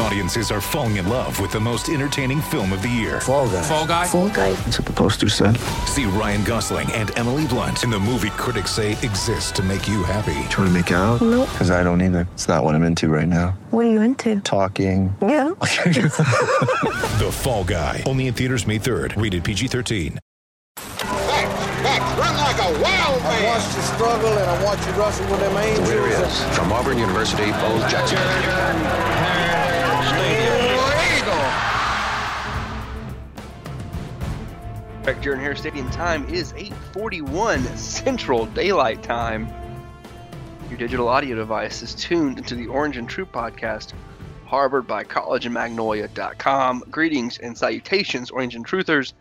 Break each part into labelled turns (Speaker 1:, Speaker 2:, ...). Speaker 1: Audiences are falling in love with the most entertaining film of the year.
Speaker 2: Fall guy.
Speaker 1: Fall guy.
Speaker 3: Full guy.
Speaker 2: That's what the poster said.
Speaker 1: See Ryan Gosling and Emily Blunt in the movie critics say exists to make you happy.
Speaker 2: Trying to make it out? No. Because I don't either. It's not what I'm into right now.
Speaker 3: What are you into?
Speaker 2: Talking.
Speaker 3: Yeah.
Speaker 1: The Fall Guy. Only in theaters May 3rd. Rated PG-13.
Speaker 4: back, back, run like a wild man.
Speaker 5: I watched you struggle and I watched you wrestle with them angels.
Speaker 6: From Auburn University, Bo Jackson.
Speaker 7: Back during Harris Stadium time is 8:41 Central Daylight Time. Your digital audio device is tuned into the Orange and True podcast, Harvard by College and Magnolia.com. Greetings and salutations, Orange and Truthers.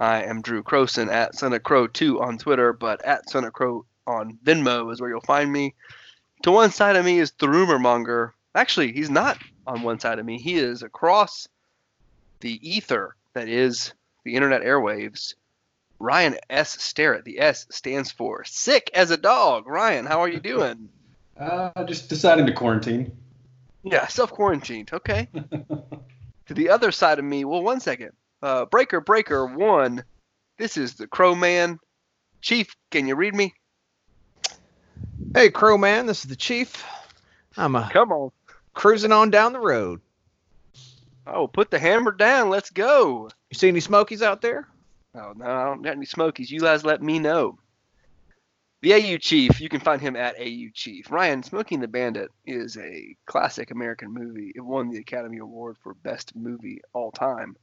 Speaker 7: I am Drew Croson at Son of Crow 2 on Twitter, but at Son of Crow on Venmo is where you'll find me. To one side of me is the rumor monger. Actually, he's not on one side of me. He is across the ether that is the internet airwaves. Ryan S. Starrett. The S stands for sick as a dog. Ryan, how are you doing?
Speaker 8: Uh, just deciding to quarantine.
Speaker 7: Yeah, self quarantined. Okay. to the other side of me. Well, one second. Uh, breaker, breaker one. This is the Crow Man. Chief, can you read me?
Speaker 9: Hey, Crow Man, this is the Chief. I'm uh,
Speaker 7: Come on.
Speaker 9: cruising on down the road.
Speaker 7: Oh, put the hammer down. Let's go.
Speaker 9: You see any Smokies out there?
Speaker 7: Oh no, I don't got any Smokies. You guys let me know. The AU Chief, you can find him at AU Chief. Ryan, Smoking the Bandit is a classic American movie. It won the Academy Award for Best Movie All Time.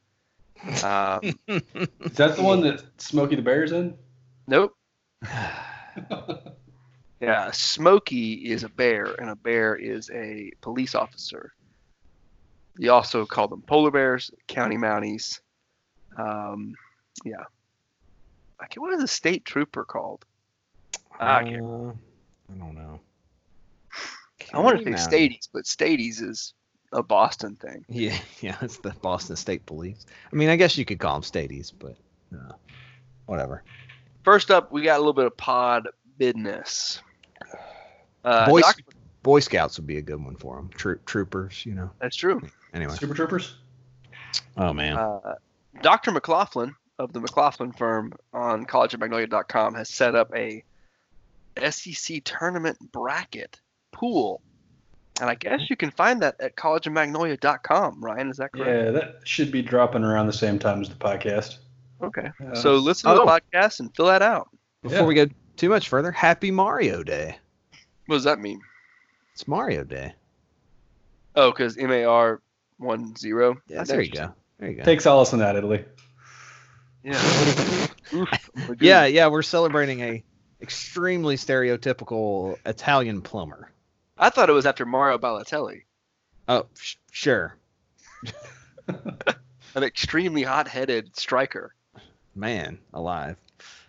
Speaker 7: Um,
Speaker 8: Is that the one that Smokey the Bear's in?
Speaker 7: nope. Yeah, Smokey is a bear, and a bear is a police officer. You also call them polar bears, county mounties. Um, yeah. I can, what is a state trooper called? I can't
Speaker 9: Uh, I don't know.
Speaker 7: I want to
Speaker 9: County
Speaker 7: say
Speaker 9: Mounties.
Speaker 7: Stades, but Stades is a Boston thing.
Speaker 9: Yeah, yeah, it's the Boston State Police. I mean, I guess you could call them Stadies, but uh, whatever.
Speaker 7: First up, we got a little bit of pod business. Uh,
Speaker 9: Boy,
Speaker 7: doc-
Speaker 9: Boy Scouts would be a good one for them. Troop, troopers, you know.
Speaker 7: that's true.
Speaker 9: Anyway.
Speaker 8: Super Troopers?
Speaker 9: Oh man.
Speaker 7: Uh, Dr. McLaughlin of the McLaughlin firm on collegeofmagnolia.com has set up a SEC tournament bracket pool. And I guess you can find that at collegeofmagnolia.com, Ryan. Is that correct?
Speaker 8: Yeah, that should be dropping around the same time as the podcast.
Speaker 7: Okay.
Speaker 8: Uh,
Speaker 7: so listen to the
Speaker 9: oh.
Speaker 7: podcast and fill that out.
Speaker 9: Before we go too much further, Happy Mario Day.
Speaker 7: What does that mean?
Speaker 9: It's Mario Day.
Speaker 7: Oh, because MAR 1 0.
Speaker 9: Yeah, there you go. There you go.
Speaker 8: Take solace in that, Italy.
Speaker 7: Yeah. Oof.
Speaker 9: Yeah, yeah, we're celebrating a extremely stereotypical Italian plumber.
Speaker 7: I thought it was after Mario Balotelli,
Speaker 9: Oh, sh- sure,
Speaker 7: an extremely hot-headed striker
Speaker 9: man, alive.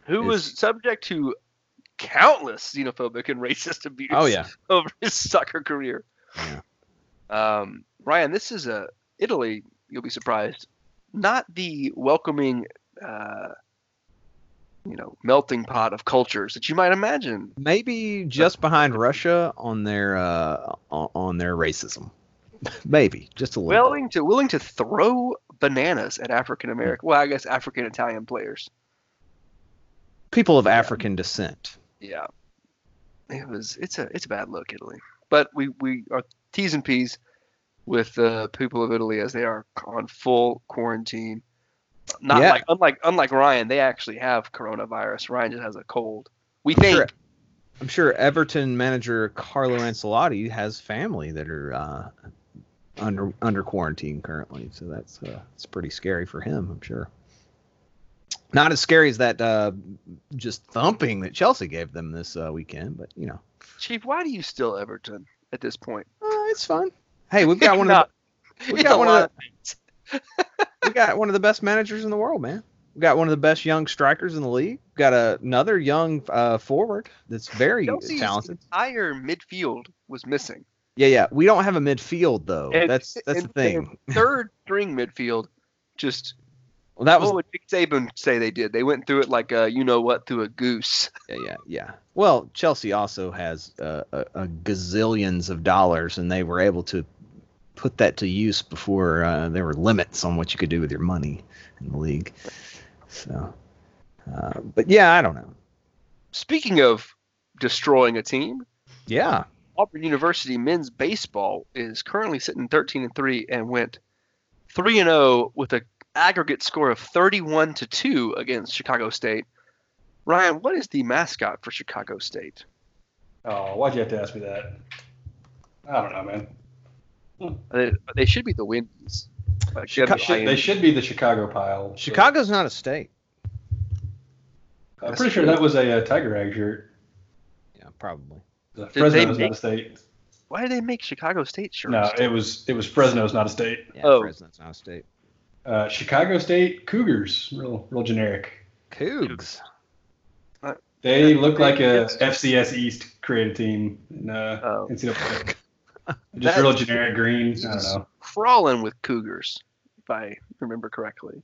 Speaker 7: who was subject to countless xenophobic and racist abuse
Speaker 9: Oh yeah,
Speaker 7: over his soccer career.
Speaker 9: Yeah.
Speaker 7: Um, Ryan, this is a Italy. You'll be surprised. Not the welcoming, uh, you know, melting pot of cultures that you might imagine.
Speaker 9: maybe just behind Russia on their uh on on their racism. Maybe just a little. bit.
Speaker 7: willing to willing to throw bananas at African American. Well, I guess African Italian players.
Speaker 9: people of African descent.
Speaker 7: Yeah, it was. It's a it's a bad look, Italy. But we we are T's and P's with the people of Italy as they are on full quarantine. Not
Speaker 9: Yeah.
Speaker 7: like unlike unlike Ryan, they actually have coronavirus. Ryan just has a cold. We think.
Speaker 9: Sure. I'm sure Everton manager Carlo Ancelotti has family that are uh, under under quarantine currently, so that's uh, it's pretty scary for him. I'm sure. Not as scary as that uh, just thumping that Chelsea gave them this uh, weekend, but you know
Speaker 7: Chief, why do you still Everton at this point?
Speaker 9: uh, it's fun. Hey, we've got one of the, we got one of the- we got one of the best managers in the world, man. We got one of the best young strikers in the league. We got another young uh, forward that's very
Speaker 7: Chelsea's
Speaker 9: talented.
Speaker 7: entire midfield was missing.
Speaker 9: Yeah, yeah. We don't have a midfield though.
Speaker 7: And-
Speaker 9: that's that's
Speaker 7: and-
Speaker 9: the thing.
Speaker 7: Third string midfield just
Speaker 9: Well, that was
Speaker 7: What would Nick Saban say they did? They went through it like a you know what through a goose.
Speaker 9: yeah, yeah, yeah. Well, Chelsea also has uh, a, a gazillions of dollars, and they were able to put that to use before uh, there were limits on what you could do with your money in the league. So, uh, but yeah, I don't know.
Speaker 7: Speaking of destroying a team,
Speaker 9: Yeah,
Speaker 7: Auburn University men's baseball is currently sitting 13 and 3 and went 3 and 0 with an aggregate score of 31 to 2 against Chicago State. Ryan, what is the mascot for Chicago State?
Speaker 8: Oh, why'd you have to ask me that? I don't know, man.
Speaker 7: They, Uh, they should be the Windies. Like, they have
Speaker 8: They
Speaker 7: the
Speaker 8: should, they
Speaker 7: lions.
Speaker 8: should be the Chicago pile. but-
Speaker 9: Chicago's not a state.
Speaker 8: I'm pretty sure that was a, uh Tiger Rag shirt.
Speaker 9: Yeah, probably.
Speaker 8: Uh,
Speaker 7: they
Speaker 8: Fresno's
Speaker 7: make-
Speaker 8: not a state.
Speaker 7: Why do they make Chicago State shirts?
Speaker 8: No, it was it was Fresno's not a state.
Speaker 9: Yeah,
Speaker 7: Oh.
Speaker 9: Fresno's not a state.
Speaker 8: Uh, Chicago State Cougars, real real generic.
Speaker 9: Cougs.
Speaker 8: They look like a FCS East created team in uh,
Speaker 7: Oh.
Speaker 8: NCAA. Just
Speaker 7: That's-
Speaker 8: real generic green. I don't know.
Speaker 7: Crawling with Cougars, if I remember correctly.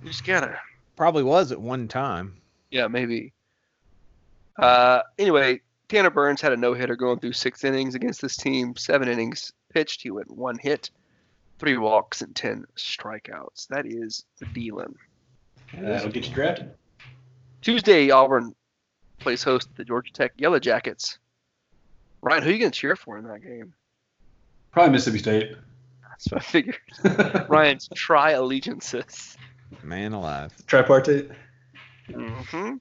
Speaker 7: You just gotta
Speaker 9: Probably was at one time.
Speaker 7: Yeah, maybe. Uh, anyway, Tanner Burns had a no hitter going through six innings against this team. Seven innings pitched, he went one hit, three walks, and ten strikeouts. That is the dealin.
Speaker 8: That'll get you drafted.
Speaker 7: Tuesday, Auburn plays host to the Georgia Tech Yellow Jackets. Ryan, who are you gonna cheer for in that game?
Speaker 8: Probably Mississippi State.
Speaker 7: That's what I figured. Ryan's tri allegiances.
Speaker 9: Man alive.
Speaker 8: Tripartite.
Speaker 7: hmm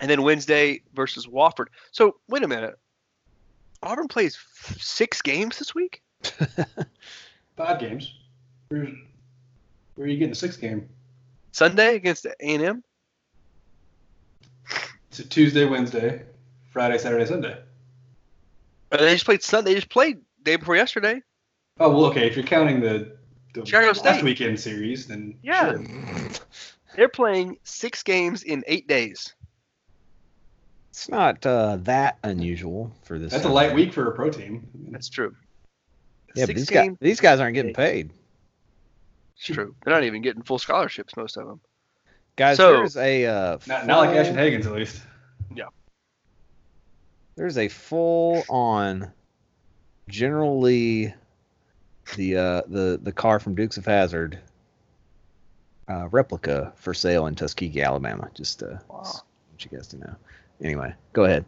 Speaker 7: And then Wednesday versus Wofford. So wait a minute. Auburn plays f- six games this week.
Speaker 8: Five games. Where's, where are you getting the sixth game?
Speaker 7: Sunday against A and M.
Speaker 8: It's a Tuesday, Wednesday, Friday, Saturday, Sunday.
Speaker 7: They just played Sunday. They just played day before yesterday.
Speaker 8: Oh well, okay. If you're counting the, the
Speaker 7: Chicago
Speaker 8: last
Speaker 7: State.
Speaker 8: weekend series, then
Speaker 7: Yeah.
Speaker 8: sure.
Speaker 7: They're playing six games in eight days.
Speaker 9: It's not uh, that unusual for this.
Speaker 8: that's a
Speaker 9: time.
Speaker 8: light week for a pro team.
Speaker 7: That's true.
Speaker 9: Yeah, but
Speaker 7: six
Speaker 9: these guys,
Speaker 7: games.
Speaker 9: these guys aren't getting paid.
Speaker 7: It's true. They're not even getting full scholarships. Most of them.
Speaker 9: Guys,
Speaker 7: So-
Speaker 9: there's a uh,
Speaker 8: Not, not like
Speaker 9: full-
Speaker 8: Ashton Hagens, at least.
Speaker 9: There's a full on generally the uh, the the car from Dukes of Hazard uh, replica for sale in Tuskegee, Alabama. Just uh,
Speaker 7: Wow.
Speaker 9: s- want you guys to know. Anyway, go ahead.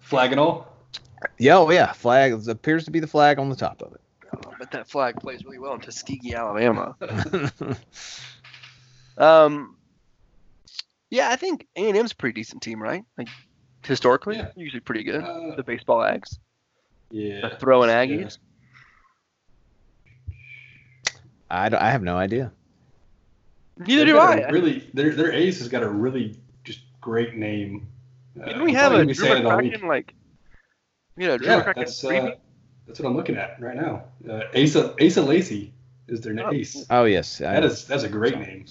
Speaker 8: Flag and all.
Speaker 9: Yeah, oh yeah, flag appears to be the flag on the top of
Speaker 7: But that flag plays really well in Tuskegee, Alabama.
Speaker 9: it.
Speaker 7: Um, yeah, I think A and M's a pretty decent team, right? Like historically,
Speaker 8: Yeah.
Speaker 7: usually pretty good.
Speaker 8: Uh,
Speaker 7: the baseball ags,
Speaker 8: yeah.
Speaker 7: the throwing aggies.
Speaker 9: I, don't- I have no idea.
Speaker 7: Neither
Speaker 8: They've
Speaker 7: do
Speaker 8: got
Speaker 7: I.
Speaker 8: a Really, their their ace has got a really just great name. Uh,
Speaker 7: Didn't we
Speaker 8: I'm
Speaker 7: have
Speaker 8: probably
Speaker 7: a
Speaker 8: gonna be
Speaker 7: Drew
Speaker 8: saying it all week.
Speaker 7: McCracken like? You know, Drew
Speaker 8: Yeah,
Speaker 7: McCracken
Speaker 8: that's
Speaker 7: freebie?
Speaker 8: uh, that's what I'm looking at right now. Uh, Asa Asa Lacey is their
Speaker 7: Oh,
Speaker 8: name. Ace.
Speaker 9: Oh yes, I-
Speaker 8: That is that's a great name.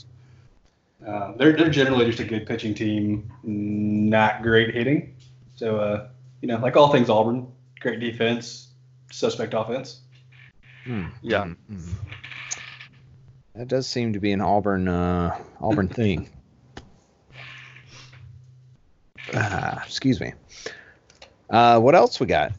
Speaker 8: Uh, they're they're generally just a good pitching team, not great hitting. So uh, you know, like all things Auburn, great defense, suspect offense.
Speaker 9: Mm,
Speaker 7: Yeah.
Speaker 9: mm, mm. That does seem to be an Auburn uh, Auburn thing. Ah, excuse me. Uh, what else we got?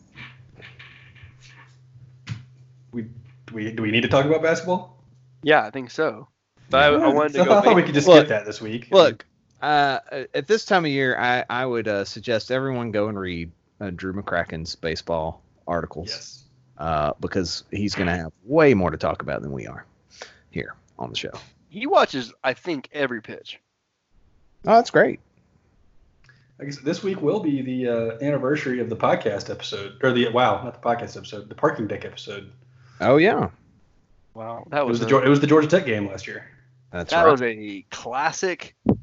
Speaker 8: We do we do we need to talk about basketball?
Speaker 7: Yeah, I think so. But I, I wanted to
Speaker 8: So
Speaker 7: go.
Speaker 8: I thought
Speaker 7: ba-
Speaker 8: we could just
Speaker 9: Look.
Speaker 8: get that this week.
Speaker 9: Look, uh, at this time of year, I, I would uh, suggest everyone go and read uh, Drew McCracken's baseball articles
Speaker 8: yes,
Speaker 9: uh, because he's going to have way more to talk about than we are here on the show.
Speaker 7: He watches, I think, every pitch.
Speaker 9: Oh, that's great.
Speaker 8: I guess this week will be the uh, anniversary of the podcast episode, or the wow, not the podcast episode, the parking deck episode.
Speaker 9: Oh yeah,
Speaker 7: Wow, that
Speaker 8: It
Speaker 7: was,
Speaker 8: was the
Speaker 7: a,
Speaker 8: Geor- it was the Georgia Tech game last year.
Speaker 9: that's
Speaker 7: that
Speaker 9: right.
Speaker 7: was a classic, a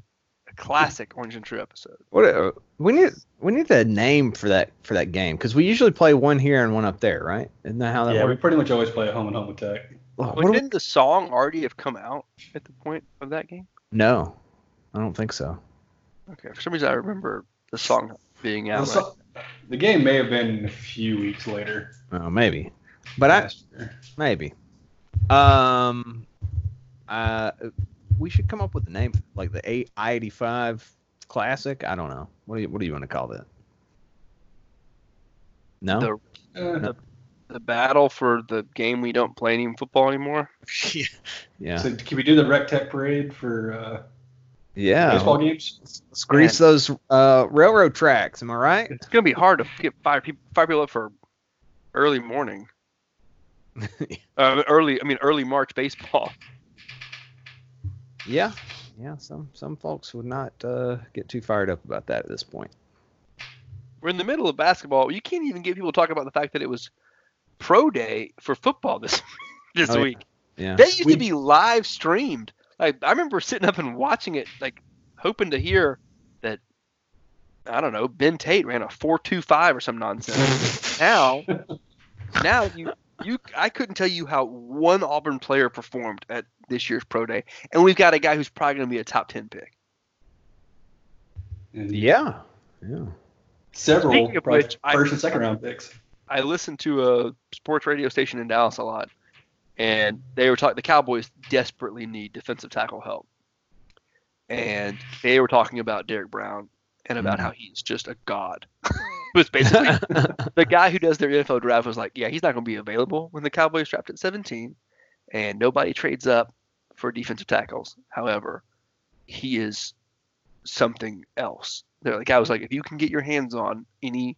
Speaker 7: classic Orange and True episode.
Speaker 9: What uh, we need we need the name for that for that game because we usually play one here and one up there, right? Isn't that how that
Speaker 8: Yeah, we
Speaker 9: works?
Speaker 8: pretty much always play at home and home with Tech.
Speaker 9: Oh,
Speaker 7: Well,
Speaker 9: what do we-
Speaker 7: didn't the song already have come out at the point of that game?
Speaker 9: no, I don't think so.
Speaker 7: Okay, for some reason I remember the song being out.
Speaker 8: the, so- the game may have been a few weeks later.
Speaker 9: Oh, maybe, but I
Speaker 8: last year.
Speaker 9: maybe Um, uh, we should come up with a name like the eight I eighty five classic. I don't know. What do you What do you want to call that? No.
Speaker 7: The-
Speaker 8: Uh,
Speaker 7: The battle for the game we don't play any football anymore.
Speaker 9: yeah.
Speaker 8: So can we do the rec tech parade for uh,
Speaker 9: Yeah.
Speaker 8: baseball games?
Speaker 9: Let's, let's grease those uh, railroad tracks. Am I right?
Speaker 7: It's gonna be hard to get five people five people up for early morning. uh, early, I mean early March baseball.
Speaker 9: Yeah. Yeah. Some Some folks would not uh, get too fired up about that at this point.
Speaker 7: We're in the middle of basketball. You can't even get people to talk about the fact that it was pro day for football this this
Speaker 9: Oh, yeah.
Speaker 7: week.
Speaker 9: Yeah.
Speaker 7: That used
Speaker 8: We-
Speaker 7: to be live streamed. Like I remember sitting up and watching it, like hoping to hear that I don't know Ben Tate ran a four two five or some nonsense. now, now you you I couldn't tell you how one Auburn player performed at this year's pro day, and we've got a guy who's probably going to be a top ten pick.
Speaker 8: And
Speaker 9: Yeah. Yeah.
Speaker 8: Several
Speaker 7: Speaking of
Speaker 8: probably
Speaker 7: which, I-
Speaker 8: first and second round picks.
Speaker 7: I listened to a sports radio station in Dallas a lot, and they were talking. The Cowboys desperately need defensive tackle help, and they were talking about Derek Brown and about how he's just a god. it was basically the guy who does their NFL draft was like, yeah, he's not going to be available when the Cowboys draft at 17, and nobody trades up for defensive tackles. However, he is something else. The guy was like, if you can get your hands on any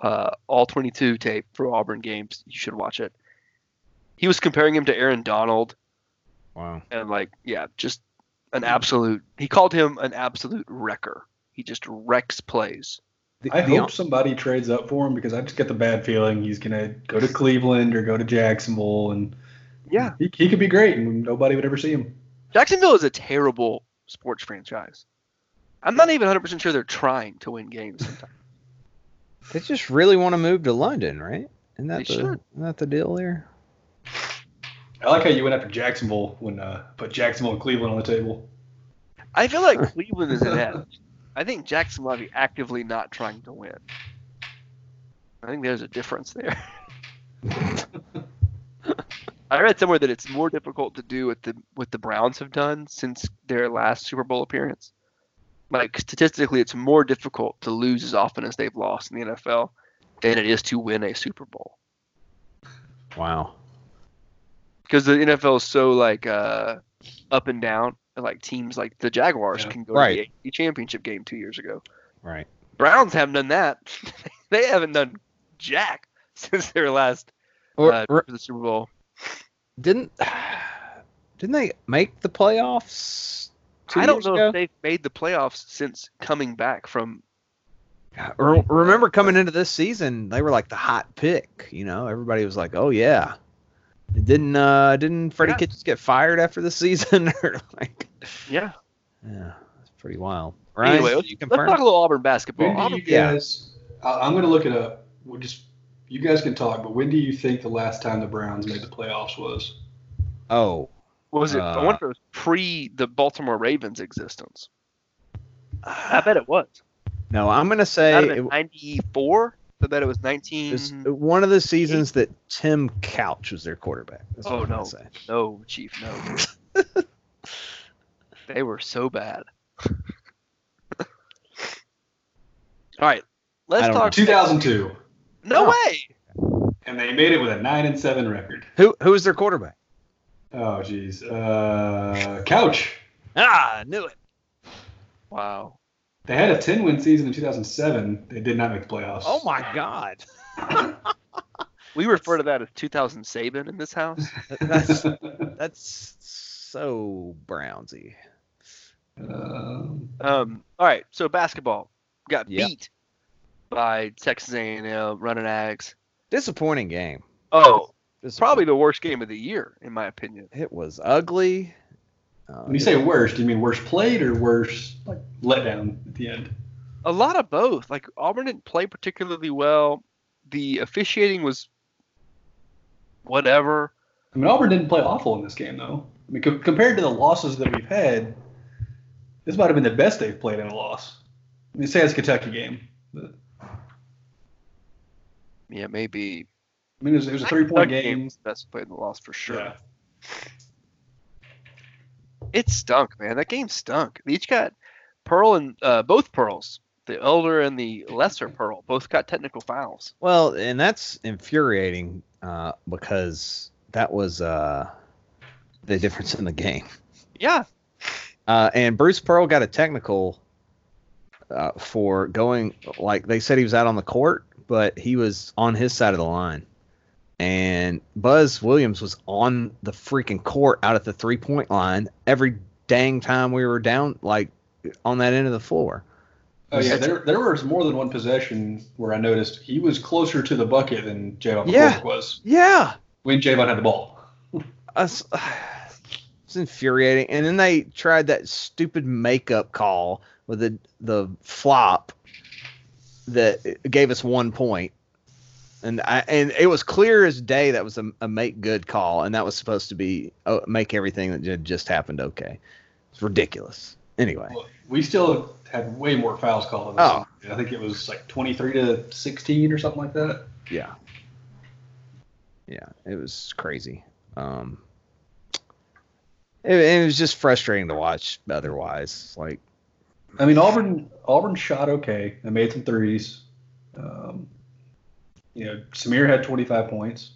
Speaker 7: uh, all 22 tape for Auburn games, you should watch it. He was comparing him to Aaron Donald,
Speaker 9: wow.
Speaker 7: and like, yeah, just an absolute. He called him an absolute wrecker. He just wrecks plays.
Speaker 9: The-
Speaker 8: I
Speaker 9: the
Speaker 8: hope
Speaker 9: on-
Speaker 8: somebody trades up for him because I just get the bad feeling he's gonna go to Cleveland or go to Jacksonville, and
Speaker 7: Yeah.
Speaker 8: he, he could be great, and nobody would ever see him.
Speaker 7: Jacksonville is a terrible sports franchise. I'm not even 100% sure they're trying to win games. Sometimes.
Speaker 9: They just really want to move to London, right? Isn't that,
Speaker 7: They
Speaker 9: the,
Speaker 7: should.
Speaker 9: isn't that the deal there?
Speaker 8: I like how you went after Jacksonville when uh, put Jacksonville and Cleveland on the table.
Speaker 7: I feel like Cleveland is an F. I think Jacksonville might be actively not trying to win. I think there's a difference there. I read somewhere that it's more difficult to do what the what the Browns have done since their last Super Bowl appearance. Like statistically, it's more difficult to lose as often as they've lost in the NFL than it is to win a Super Bowl.
Speaker 9: Wow.
Speaker 7: because the NFL is so like uh, up and down. and, Like teams like the Jaguars
Speaker 8: Yeah.
Speaker 7: can go
Speaker 9: Right.
Speaker 7: to the AFC championship game two years ago.
Speaker 9: Right.
Speaker 7: Browns haven't done that. they haven't done jack since their last
Speaker 9: Or,
Speaker 7: uh,
Speaker 9: or-
Speaker 7: trip to the Super Bowl.
Speaker 9: didn't didn't they make the playoffs? Two
Speaker 7: I don't
Speaker 9: years
Speaker 7: know
Speaker 9: ago?
Speaker 7: if they've made the playoffs since coming back from.
Speaker 9: Or remember coming into this season, they were like the hot pick. You know, everybody was like, "Oh yeah." Didn't uh didn't Freddie
Speaker 7: Yeah.
Speaker 9: Kitchens get fired after the season? or like,
Speaker 7: Yeah.
Speaker 9: yeah, it's pretty wild. Right?
Speaker 7: anyway, let's,
Speaker 9: you
Speaker 7: let's
Speaker 9: confirm?
Speaker 7: talk a little Auburn basketball.
Speaker 8: When do
Speaker 7: Auburn-
Speaker 8: you
Speaker 9: yeah.
Speaker 8: guys? I, I'm gonna look it up. We'll just you guys can talk, but when do you think the last time the Browns made the playoffs was?
Speaker 9: oh,
Speaker 7: what was it?
Speaker 9: uh,
Speaker 7: I wonder if it was pre the Baltimore Ravens existence. I bet it was.
Speaker 9: no, I'm gonna
Speaker 7: Out
Speaker 9: say
Speaker 7: of
Speaker 9: it,
Speaker 7: '94, I bet it was 19.
Speaker 9: was one of the seasons that Tim Couch was their quarterback. That's what
Speaker 7: Oh,
Speaker 9: I'm gonna
Speaker 7: no.
Speaker 9: say.
Speaker 7: No, Chief, no. they were so bad. All
Speaker 9: I
Speaker 7: right, let's
Speaker 9: don't know.
Speaker 7: talk.
Speaker 8: 2002,
Speaker 7: No way.
Speaker 8: and they made it with a nine and seven record.
Speaker 9: Who who was their quarterback?
Speaker 8: Oh geez, uh, couch.
Speaker 9: Ah, I knew it.
Speaker 7: Wow.
Speaker 8: They had a 10 win season in 2007. They did not make the playoffs.
Speaker 9: Oh my God.
Speaker 7: We refer to that as 2000 Saban in this house.
Speaker 9: That's that's so Brownsy.
Speaker 8: Um,
Speaker 7: Um. All right. So basketball got
Speaker 9: Yeah.
Speaker 7: beat by Texas A&M running Ags.
Speaker 9: Disappointing game.
Speaker 7: Oh,
Speaker 9: Disappointing.
Speaker 7: probably the worst game of the year in my opinion.
Speaker 9: it was ugly. Uh,
Speaker 8: when you say worst, do you mean worst played or worst like letdown at the end?
Speaker 7: A lot of both. Like Auburn didn't play particularly well. The officiating was whatever.
Speaker 8: I mean, Auburn didn't play awful in this game though. I mean, co- compared to the losses that we've had, this might have been the best they've played in a loss. I mean, say it's a Kentucky game. But,
Speaker 7: Yeah, maybe.
Speaker 8: I mean, it was, it was a three point game.
Speaker 7: That's played in the loss for sure.
Speaker 8: Yeah.
Speaker 7: It stunk, man. That game stunk. They each got Pearl and uh, both Pearls, the Elder and the Lesser Pearl, both got technical fouls.
Speaker 9: Well, and that's infuriating uh, because that was uh, the difference in the game.
Speaker 7: Yeah,
Speaker 9: Uh, and Bruce Pearl got a technical uh, for going like they said he was out on the court, but he was on his side of the line. And Buzz Williams was on the freaking court out at the three point line every dang time we were down like on that end of the floor.
Speaker 8: Oh yeah, there, there was more than one possession where I noticed he was closer to the bucket than Javon
Speaker 9: Yeah.
Speaker 8: McCoy was
Speaker 9: Yeah.
Speaker 8: when Javon had the ball.
Speaker 9: us it's infuriating and then they tried that stupid makeup call with the the flop that gave us one point and I, and it was clear as day that was a, a make good call and that was supposed to be oh, make everything that ju- just happened okay it's ridiculous anyway
Speaker 8: Look, We still had way more fouls called. Than
Speaker 9: Oh.
Speaker 8: this. I think it was like 23 to 16 or something like that.
Speaker 9: yeah yeah it was crazy um it, it was just frustrating to watch otherwise like
Speaker 8: I mean, Auburn Auburn shot okay. They made some threes. Um, you know, Samir had 25 points.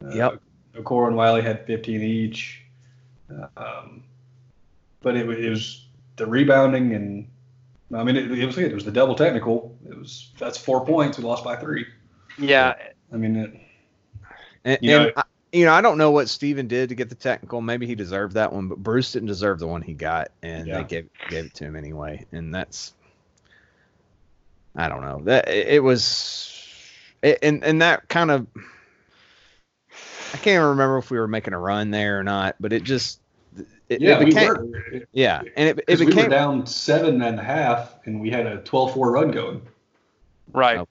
Speaker 8: Uh,
Speaker 9: Yep.
Speaker 8: Okoro and Wiley had 15 each. Uh, um, but it, wa- it was the rebounding and I mean, it, it was it was the double technical. It was that's four points. We lost by three.
Speaker 7: yeah.
Speaker 8: I mean, it,
Speaker 9: And,
Speaker 8: You know-
Speaker 9: and I, you know, I don't know what Steven did to get the technical. Maybe he deserved that one, but Bruce didn't deserve the one he got, and
Speaker 8: Yeah.
Speaker 9: they gave gave it to him anyway. And that's, I don't know. That it it was, it, and and that kind of, I can't even remember if we were making a run there or not, but it just, it,
Speaker 8: yeah,
Speaker 9: it
Speaker 8: we
Speaker 9: became,
Speaker 8: were. It,
Speaker 9: yeah, and it, it
Speaker 8: 'cause we were
Speaker 9: became
Speaker 8: down seven and a half, and we had a 12-4 run going.
Speaker 7: Right.
Speaker 9: Oh.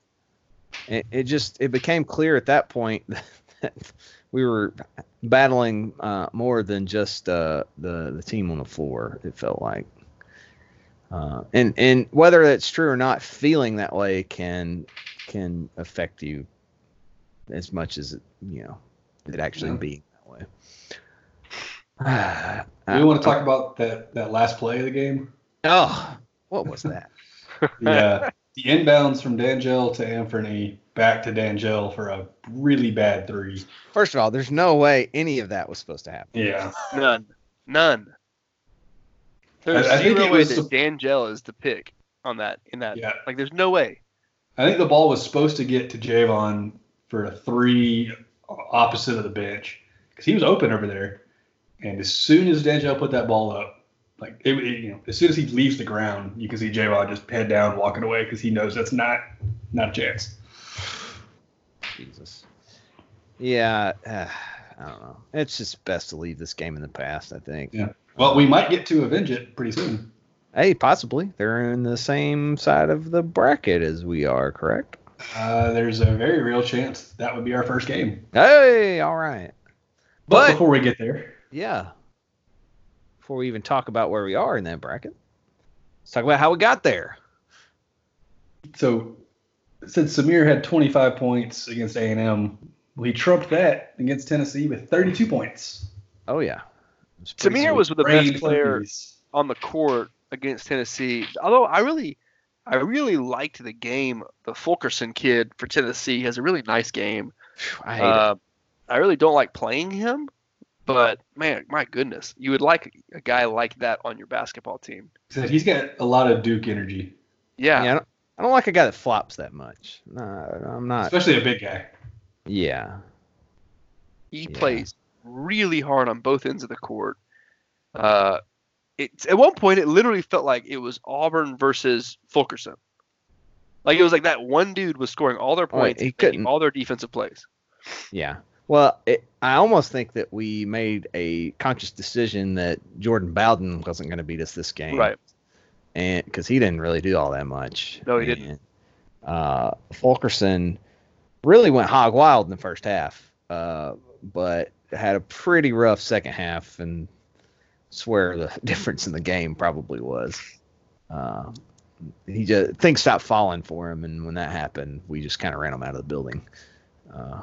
Speaker 9: it, it just it became clear at that point that we were battling uh, more than just uh, the the team on the floor. It felt like, uh, and and whether that's true or not, feeling that way can can affect you as much as it you know it actually
Speaker 8: Yeah.
Speaker 9: being that way. Uh,
Speaker 8: Do we want to talk about that that last play of the game?
Speaker 9: Oh, what was that?
Speaker 8: yeah. The inbounds from Dangel to Anthony back to Dangel for a really bad three.
Speaker 9: First of all, there's no way any of that was supposed to happen.
Speaker 8: Yeah.
Speaker 7: None. None. There's
Speaker 8: I think
Speaker 7: zero
Speaker 8: it
Speaker 7: way
Speaker 8: was
Speaker 7: that
Speaker 8: sup-
Speaker 7: Dangel is the pick on that. In that,
Speaker 8: Yeah.
Speaker 7: like, there's no way.
Speaker 8: I think the ball was supposed to get to Javon for a three opposite of the bench because he was open over there. And as soon as Dangel put that ball up, like it, it- you know, as soon as he leaves the ground, you can see Javon just head down, walking away because he knows that's not not a chance.
Speaker 9: Jesus. Yeah, uh, I don't know. It's just best to leave this game in the past, I think.
Speaker 8: Yeah. Well, we might get to avenge it pretty soon.
Speaker 9: Hey, possibly. They're in the same side of the bracket as we are, correct?
Speaker 8: Uh, there's a very real chance that would be our first game.
Speaker 9: Hey, all right.
Speaker 8: but
Speaker 9: But-
Speaker 8: before we get there,
Speaker 9: Yeah. Before we even talk about where we are in that bracket, let's talk about how we got there.
Speaker 8: so since Samir had 25 points against A&M, we trumped that against Tennessee with 32 points.
Speaker 9: Oh, yeah. It was pretty
Speaker 7: Samir
Speaker 9: sweet.
Speaker 7: was the
Speaker 8: Great
Speaker 7: best player
Speaker 8: threes.
Speaker 7: on the court against Tennessee. Although I really, I really liked the game. The Fulkerson kid for Tennessee he has a really nice game.
Speaker 9: Phew, I hate it.
Speaker 7: Uh, I really don't like playing him, but man, my goodness, you would like a guy like that on your basketball team.
Speaker 8: So he's got a lot of Duke energy,
Speaker 7: Yeah,
Speaker 9: Yeah, I, don't, I don't like a guy that flops that much. No, I'm not.
Speaker 8: especially a big guy.
Speaker 9: Yeah.
Speaker 7: he
Speaker 9: Yeah.
Speaker 7: plays really hard on both ends of the court. Uh, it's at one point it literally felt like it was Auburn versus Fulkerson. Like it was like that one dude was scoring all their
Speaker 9: Oh, he
Speaker 7: points, and making
Speaker 9: couldn't-
Speaker 7: all their defensive plays.
Speaker 9: Yeah. Well, it, I almost think that we made a conscious decision that Jordan Bowden wasn't going to beat us this game,
Speaker 7: Right.
Speaker 9: And because he didn't really do all that much.
Speaker 7: No, he didn't.
Speaker 9: And, Uh, Fulkerson really went hog wild in the first half, uh, but had a pretty rough second half, and swear the difference in the game probably was. Uh, he just things stopped falling for him, and when that happened, we just kind of ran him out of the building. Uh,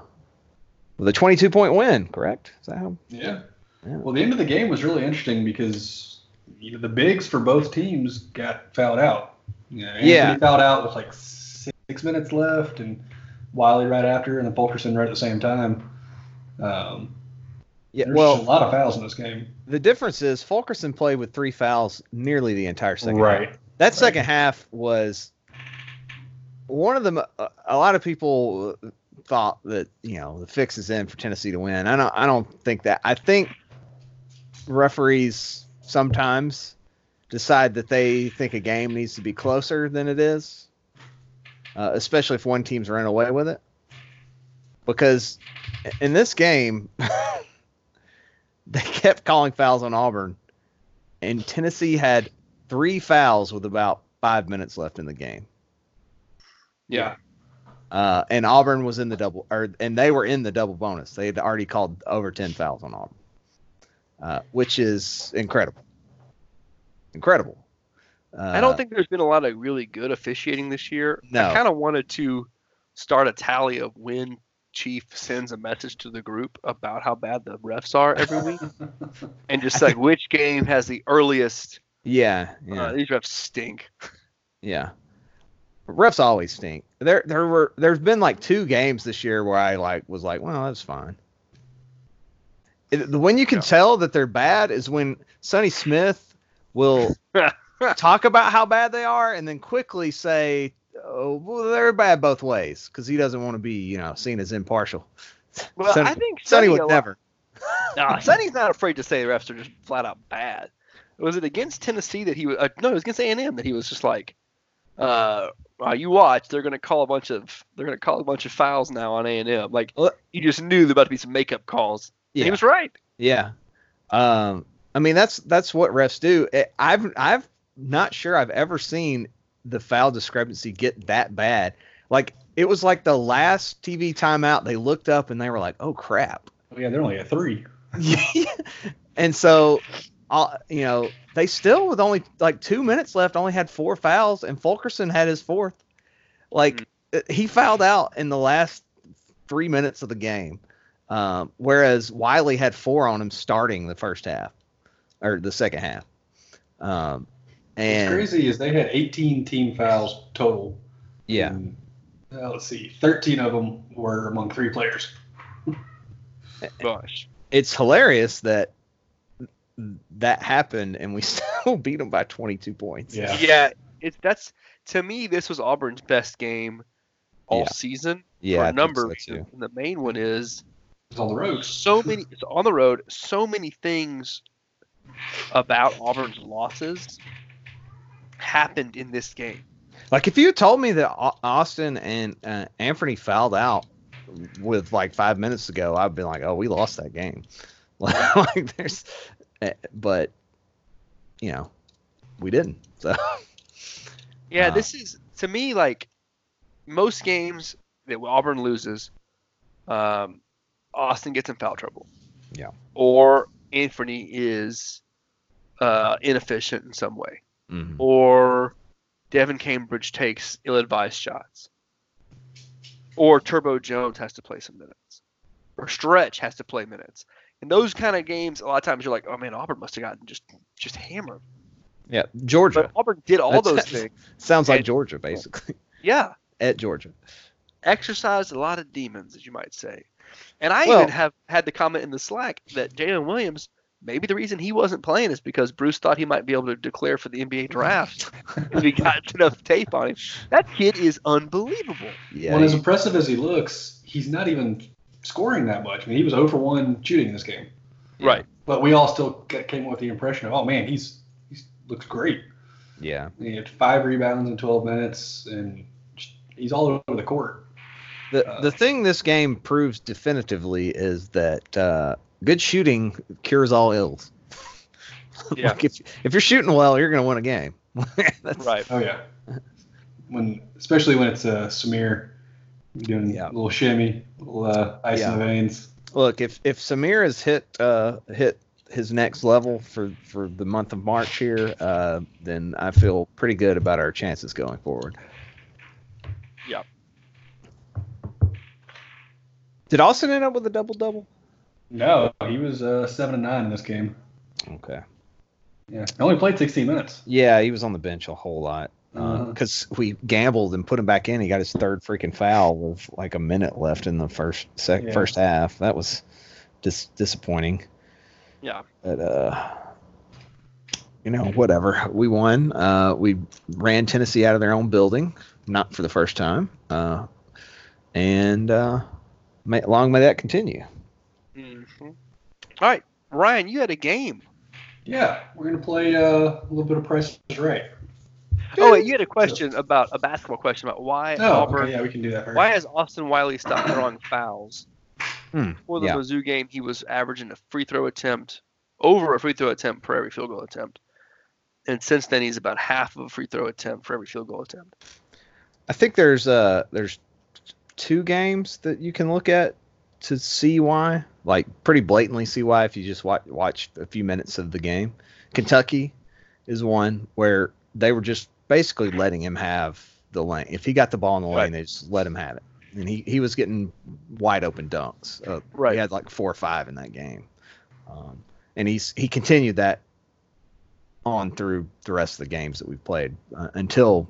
Speaker 9: with a 22 point win, correct? Is that how?
Speaker 8: Yeah. Well, the end of the game was really interesting because you know, the bigs for both teams got fouled out. You know, Anthony
Speaker 9: Yeah.
Speaker 8: fouled out with like six minutes left, and Wiley right after, and then Fulkerson right at the same time. Um,
Speaker 9: Yeah,
Speaker 8: there's a
Speaker 9: well,
Speaker 8: lot of fouls in this game.
Speaker 9: the difference is Fulkerson played with three fouls nearly the entire second half.
Speaker 8: right.
Speaker 9: That second half was one of the. m- A lot of people thought that you know the fix is in for Tennessee to win. I don't. I don't think that. I think referees sometimes decide that they think a game needs to be closer than it is, uh, especially if one team's run away with it. Because in this game, they kept calling fouls on Auburn, and Tennessee had three fouls with about five minutes left in the game.
Speaker 8: Yeah.
Speaker 9: Uh, and Auburn was in the double, or and they were in the double bonus. They had already called over ten fouls on Auburn, uh, which is incredible. Incredible. Uh,
Speaker 7: I don't think there's been a lot of really good officiating this year.
Speaker 9: No.
Speaker 7: I kind of wanted to start a tally of when Chief sends a message to the group about how bad the refs are every week, and just like which game has the earliest.
Speaker 9: Yeah,
Speaker 7: Yeah.
Speaker 9: yeah,
Speaker 7: Uh, these refs stink.
Speaker 9: yeah. Refs always stink. There, there were, there's been like two games this year where I like was like, well, that's fine. It, the- when you can tell that they're bad is when Sonny Smith will talk about how bad they are and then quickly say, oh, well, they're bad both ways because he doesn't want to be, you know, seen as impartial.
Speaker 7: Well,
Speaker 9: Sonny-
Speaker 7: I think
Speaker 9: Sonny
Speaker 7: Sonny
Speaker 9: would
Speaker 7: a lot-
Speaker 9: never.
Speaker 7: Nah, Sonny's not afraid to say the refs are just flat out bad. Was it against Tennessee that he was? Uh, no, it was against A and M that he was just like, uh, uh, "You watch, they're gonna call a bunch of they're gonna call a bunch of fouls now on A and M." Like
Speaker 9: Well,
Speaker 7: he just knew there about to be some makeup calls. And
Speaker 9: Yeah.
Speaker 7: He was right.
Speaker 9: Yeah. Um, I mean that's that's what refs do. I- I've I've not sure I've ever seen the foul discrepancy get that bad. Like it was like the last TV timeout they looked up and they were like, "Oh crap."
Speaker 8: Oh, yeah, they're only at three.
Speaker 9: and so uh, you know, they still with only like 2 minutes left only had four fouls and Fulkerson had his fourth. Like uh, he fouled out in the last 3 minutes of the game. Um, whereas Wiley had four on him starting the first half or the second half. Um,
Speaker 8: What's
Speaker 9: and
Speaker 8: crazy is they had 18 team fouls total.
Speaker 9: yeah,
Speaker 8: And, uh, let's see, 13 of them were among three players.
Speaker 7: Gosh.
Speaker 9: it's hilarious that that happened and we still beat them by 22 points.
Speaker 8: Yeah.
Speaker 7: Yeah, it's that's to me this was Auburn's best game all
Speaker 9: Yeah.
Speaker 7: season
Speaker 9: Yeah, I
Speaker 7: for a
Speaker 9: think
Speaker 7: number
Speaker 9: so
Speaker 7: of
Speaker 9: too.
Speaker 7: reasons. And the main one is
Speaker 8: It's on the road.
Speaker 7: so many it's on the road so many things about auburn's losses happened in this game
Speaker 9: Like if you had told me that Au- Austin and uh, Anthony fouled out with like five minutes ago, I'd been like, "Oh, we lost that game." like there's, eh, but you know, we didn't. So
Speaker 7: yeah
Speaker 9: Wow.
Speaker 7: this is to me like most games that auburn loses um, austin gets in foul trouble
Speaker 9: Yeah.
Speaker 7: or anthony is uh, inefficient in some way Mm-hmm. or Devin Cambridge takes ill-advised shots, or Turbo Jones has to play some minutes, or Stretch has to play minutes. In those kind of games, a lot of times you're like, "Oh man, Auburn must have gotten just just hammered."
Speaker 9: yeah, Georgia
Speaker 7: But Auburn did all
Speaker 9: That's-
Speaker 7: those things.
Speaker 9: sounds like
Speaker 7: and-
Speaker 9: Georgia basically
Speaker 7: Yeah,
Speaker 9: at Georgia.
Speaker 7: exercised a lot of demons, as you might say. And I
Speaker 9: Well-
Speaker 7: even have had the comment in the Slack that Jalen Williams. Maybe the reason he wasn't playing is because Bruce thought he might be able to declare for the NBA draft if he got enough tape on him. That kid is unbelievable.
Speaker 9: Yeah,
Speaker 8: well, as impressive as he looks, he's not even scoring that much. I mean, he was 0 for 1 shooting in this game.
Speaker 7: Right.
Speaker 8: But we all still ca- came with the impression of, oh, man, he's he's looks great.
Speaker 9: yeah.
Speaker 8: He had five rebounds in 12 minutes, and just- he's all over the court.
Speaker 9: The
Speaker 8: Uh,
Speaker 9: the thing this game proves definitively is that uh, good shooting cures all ills.
Speaker 7: Yeah.
Speaker 9: like if, if you're shooting well, you're gonna win a game. That's,
Speaker 7: Right.
Speaker 8: Oh, yeah. When Especially when it's uh, Samir doing
Speaker 9: Yeah.
Speaker 8: a little shimmy, a little uh, ice in the veins.
Speaker 9: Look, if if Samir has hit uh, hit his next level for for the month of March here, uh, then I feel pretty good about our chances going forward.
Speaker 7: Yep.
Speaker 9: Did Austin end up with a double double?
Speaker 8: No, he was uh, seven and nine in this game.
Speaker 9: Okay.
Speaker 8: Yeah, he only played 16 minutes.
Speaker 9: Yeah, he was on the bench a whole lot
Speaker 8: Uh-huh.
Speaker 9: because we gambled and put him back in. He got his third freaking foul with like a minute left in the first sec-
Speaker 8: Yeah.
Speaker 9: first half. That was dis- disappointing.
Speaker 7: Yeah.
Speaker 9: But uh, you know, whatever. We won. Uh, we ran Tennessee out of their own building, not for the first time. Uh, and uh, may, long may that continue.
Speaker 7: Mhm. All right, Ryan, you had a game.
Speaker 8: Yeah, we're gonna play uh, a little bit of Price is Right.
Speaker 7: Oh, wait, you had a question about a basketball question about why
Speaker 8: Oh,
Speaker 7: Auburn.
Speaker 8: okay, yeah, we can do that. First.
Speaker 7: Why has Austin Wiley stopped throwing fouls?
Speaker 9: Hmm,
Speaker 7: For the
Speaker 9: yeah.
Speaker 7: Mizzou game, he was averaging a free throw attempt over a free throw attempt for every field goal attempt, and since then he's about half of a free throw attempt for every field goal attempt.
Speaker 9: I think there's uh there's two games that you can look at to see why, like pretty blatantly see why if you just watch watch a few minutes of the game. Kentucky is one where they were just basically letting him have the lane. If he got the ball in the lane, they just let him have it, and he he was getting wide open dunks. Uh,
Speaker 7: Right.
Speaker 9: he had like four or five in that game, um, and he's he continued that on through the rest of the games that we've played uh, until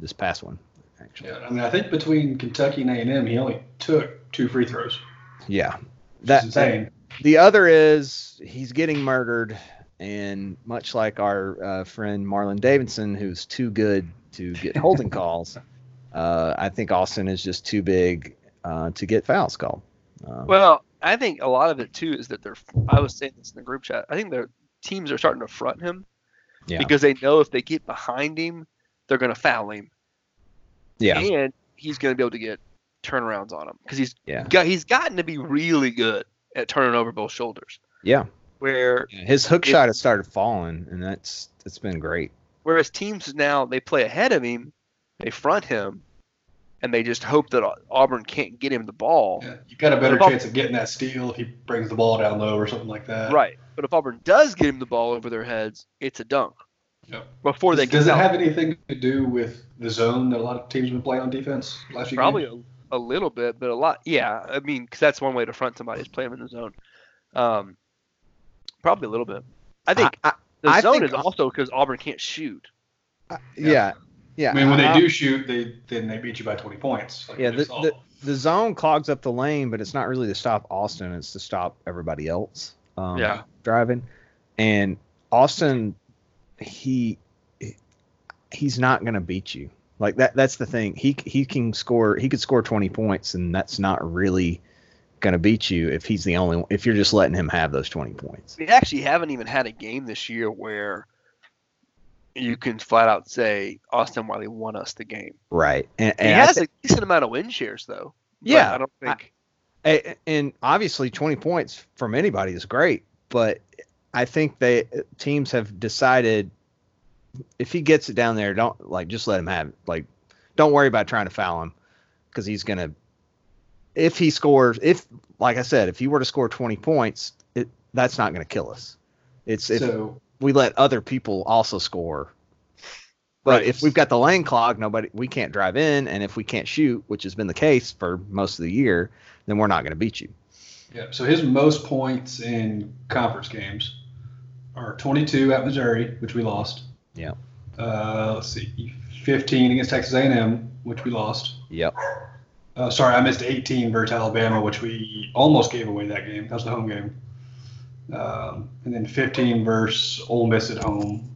Speaker 9: this past one actually.
Speaker 8: Yeah, I mean, I think between Kentucky and A and M, he only took two free throws.
Speaker 9: Yeah.
Speaker 8: That's
Speaker 9: That, that-
Speaker 8: insane.
Speaker 9: the other is he's getting murdered, and much like our uh, friend Marlon Davidson, who's too good to get holding calls, uh, I think Austin is just too big uh, to get fouls called. Uh,
Speaker 7: Well, I think a lot of it too is that they're. I was saying this in the group chat. I think their teams are starting to front him
Speaker 9: Yeah.
Speaker 7: because they know if they get behind him, they're going to foul him,
Speaker 9: yeah,
Speaker 7: and he's going to be able to get turnarounds on him because he's
Speaker 9: yeah,
Speaker 7: got he's gotten to be really good at turning over both shoulders.
Speaker 9: yeah.
Speaker 7: Where
Speaker 9: His hook
Speaker 7: If-
Speaker 9: shot has started falling, and that's it's been great.
Speaker 7: Whereas teams now they play ahead of him, they front him, and they just hope that Au- Auburn can't get him the ball.
Speaker 8: Yeah, you've got a better
Speaker 7: If Au-
Speaker 8: chance of getting that steal if he brings the ball down low or something like that.
Speaker 7: Right. But if Auburn does get him the ball over their heads, it's a dunk
Speaker 8: Yep.
Speaker 7: before they
Speaker 8: Does
Speaker 7: can
Speaker 8: it
Speaker 7: foul.
Speaker 8: have anything to do with the zone that a lot of teams have been playing on defense last few
Speaker 7: probably
Speaker 8: games?
Speaker 7: a, a little bit, but a lot. Yeah, I mean, because that's one way to front somebody is play them in the zone. Um, probably a little bit. I think
Speaker 9: I-
Speaker 7: the
Speaker 9: I
Speaker 7: zone
Speaker 9: think
Speaker 7: is
Speaker 9: Au-
Speaker 7: also because Auburn can't shoot.
Speaker 9: yeah, yeah.
Speaker 8: I mean, when
Speaker 9: I-
Speaker 8: they do shoot, they then they beat you by 20 points. Like
Speaker 9: Yeah,
Speaker 8: we
Speaker 9: the,
Speaker 8: just saw.
Speaker 9: the, the zone clogs up the lane, but it's not really to stop Austin. It's to stop everybody else um,
Speaker 7: Yeah.
Speaker 9: driving. And Austin, he he's not going to beat you. Like that. That's the thing. He he can score. He could score twenty points, and that's not really going to beat you if he's the only. one- If you're just letting him have those twenty points.
Speaker 7: we actually haven't even had a game this year where you can flat out say Austin Wiley won us the game.
Speaker 9: Right. And, and
Speaker 7: he
Speaker 9: I
Speaker 7: has
Speaker 9: thi-
Speaker 7: a decent amount of win shares though. but
Speaker 9: Yeah,
Speaker 7: I don't think.
Speaker 9: A- and obviously 20 points from anybody is great but i think they teams have decided if he gets it down there don't like just let him have it like don't worry about trying to foul him because he's gonna if he scores if like i said if he were to score 20 points it that's not gonna kill us it's if
Speaker 8: so
Speaker 9: we let other people also score but
Speaker 7: Right.
Speaker 9: if we've got the lane clog, nobody we can't drive in, and if we can't shoot, which has been the case for most of the year, then we're not going to beat you.
Speaker 8: Yeah, so his most points in conference games are 22 at Missouri, which we lost.
Speaker 9: Yep.
Speaker 8: Uh, let's see, 15 against Texas A&M, which we lost.
Speaker 9: Yep.
Speaker 8: Uh, sorry, I missed 18 versus Alabama, which we almost gave away that game. That was the home game. Um, and then 15 versus Ole Miss at home.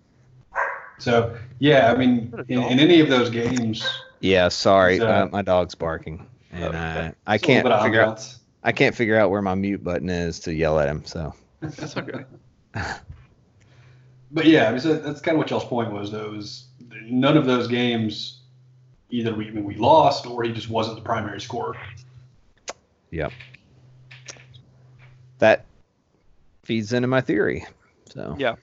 Speaker 8: So yeah, I mean, in, in any of those games,
Speaker 9: Yeah, sorry,
Speaker 8: So-
Speaker 9: uh, my dog's barking, and uh, I
Speaker 8: it's a little
Speaker 9: can't
Speaker 8: bit of
Speaker 9: figure out
Speaker 8: ambiance.
Speaker 9: I can't figure out where my mute button is to yell at him. So
Speaker 8: That's okay. but yeah, I mean, so that's kind of what y'all's point was. Though, was none of those games either we I mean, we lost or he just wasn't the primary scorer.
Speaker 9: yep, that feeds into my theory. So
Speaker 7: Yeah.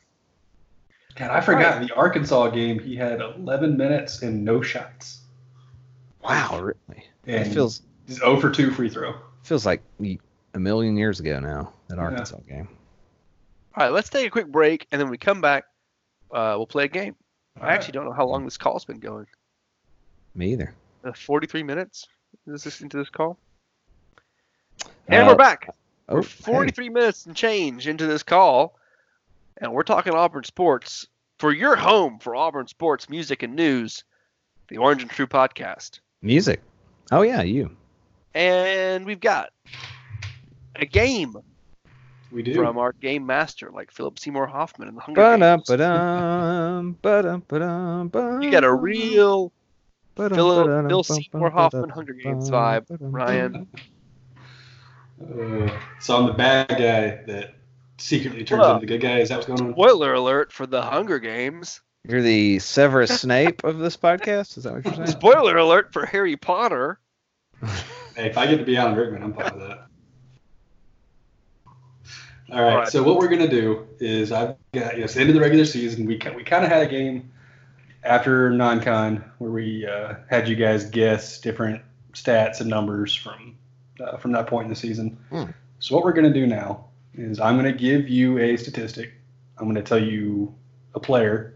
Speaker 8: God, I forgot in the Arkansas game. He had 11 minutes and no shots.
Speaker 9: wow, really,
Speaker 8: And
Speaker 9: it feels
Speaker 8: he's 0 for 2 free throw.
Speaker 9: feels like y- a million years ago now that Arkansas game.
Speaker 7: All right, let's take a quick break and then we come back. Uh, we'll play a game. I actually don't know how long this call's been going.
Speaker 9: Me either.
Speaker 7: Uh, 43 minutes. Is this into this call? And we're
Speaker 9: Uh,
Speaker 7: back.
Speaker 9: Oh,
Speaker 7: We're 43 minutes and change into this call, and we're talking Auburn sports for your home for Auburn sports, music, and news, the Orange and True podcast.
Speaker 9: Music. Oh yeah, you.
Speaker 7: And we've got a game
Speaker 8: Uh, We do.
Speaker 7: from our game master, like Philip Seymour Hoffman in the Hunger Games.
Speaker 9: Ba-dum, ba-dum, ba-dum, ba-dum,
Speaker 7: You got a real
Speaker 9: ba-dum,
Speaker 7: Phil-
Speaker 9: ba-dum,
Speaker 7: Bill
Speaker 9: ba-dum,
Speaker 7: Seymour
Speaker 9: ba-dum,
Speaker 7: Hoffman Hunger Games vibe,
Speaker 9: ba-dum,
Speaker 7: Ryan.
Speaker 8: Uh, so I'm the bad guy that secretly turns
Speaker 7: Well.
Speaker 8: into the good guy. Is that what's going on?
Speaker 7: Spoiler alert for the Hunger Games.
Speaker 9: You're the Severus Snape of this podcast. Is that what you're saying?
Speaker 7: Spoiler alert for Harry Potter.
Speaker 8: Hey, if I get to be Alan Rickman, I'm fine with that. All right,
Speaker 7: All right.
Speaker 8: So what we're gonna do is I've got yes, end of the regular season. We ki- we kind of had a game after non-con where we uh, had you guys guess different stats and numbers from uh, from that point in the season.
Speaker 9: Hmm.
Speaker 8: So what we're gonna do now is I'm gonna give you a statistic. I'm gonna tell you a player,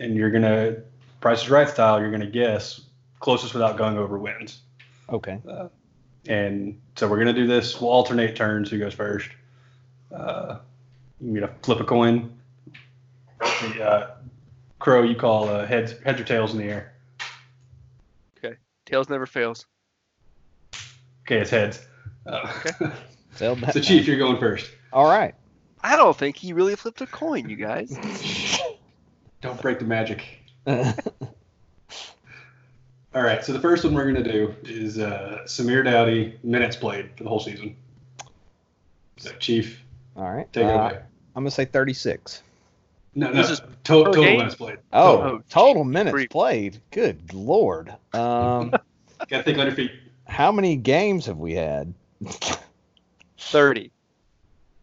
Speaker 8: and you're gonna Price is Right style. You're gonna guess closest without going over wins.
Speaker 9: Okay.
Speaker 8: And so we're going to do this. We'll alternate turns who goes first. Uh, you going to flip a coin. The, uh, crow, you call uh, heads, heads or tails in the air.
Speaker 7: Tails never fails.
Speaker 8: Okay, it's heads. Uh,
Speaker 9: Failed that
Speaker 8: so,
Speaker 9: one.
Speaker 8: Chief, you're going first.
Speaker 9: All right.
Speaker 7: I don't think he really flipped a coin, you guys.
Speaker 8: Don't break the magic.
Speaker 9: okay.
Speaker 8: All right, so the first one we're going to do is uh, Samir Dowdy minutes played for the whole season. So, Chief,
Speaker 9: All right.
Speaker 8: take it
Speaker 9: Uh,
Speaker 8: away.
Speaker 9: I'm gonna say 36.
Speaker 8: No, no,
Speaker 7: this is
Speaker 8: this is to-
Speaker 7: per
Speaker 8: total
Speaker 7: game?
Speaker 8: minutes played.
Speaker 9: Oh,
Speaker 7: Oh,
Speaker 9: total minutes
Speaker 7: creep.
Speaker 9: played. Good lord. Um,
Speaker 8: Got to think on your feet.
Speaker 9: how many games have we had?
Speaker 7: 30.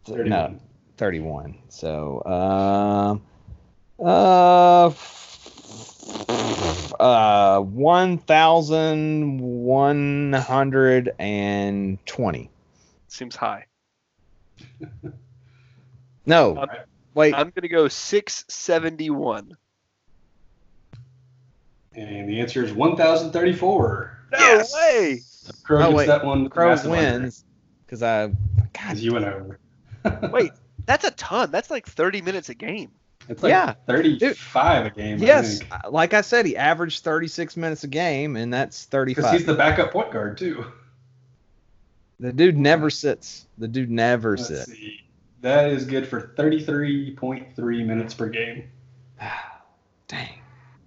Speaker 9: no, 31. So, um, uh, f- uh, 1,120.
Speaker 7: Seems high.
Speaker 9: No,
Speaker 8: Uh,
Speaker 7: I'm-
Speaker 9: wait,
Speaker 7: I'm going to go 671.
Speaker 8: And the answer is 1,034.
Speaker 7: No
Speaker 9: Yes.
Speaker 7: way.
Speaker 9: Oh,
Speaker 8: Crow gets
Speaker 9: wait.
Speaker 8: that one.
Speaker 9: Crow
Speaker 8: massive under,
Speaker 9: wins because I,
Speaker 8: 'cause
Speaker 9: God,
Speaker 8: you went over.
Speaker 7: Wait, that's a ton. That's like 30 minutes a game.
Speaker 8: It's like
Speaker 9: Yeah.
Speaker 8: 35 a game.
Speaker 9: yes,
Speaker 8: I
Speaker 9: uh, like I said, he averaged 36 minutes a game, and that's
Speaker 8: Because he's
Speaker 9: 35.
Speaker 8: the backup point guard, too.
Speaker 9: The dude never sits. The dude never
Speaker 8: Let's
Speaker 9: sits.
Speaker 8: see. That is good for 33.3 minutes per game.
Speaker 9: Dang.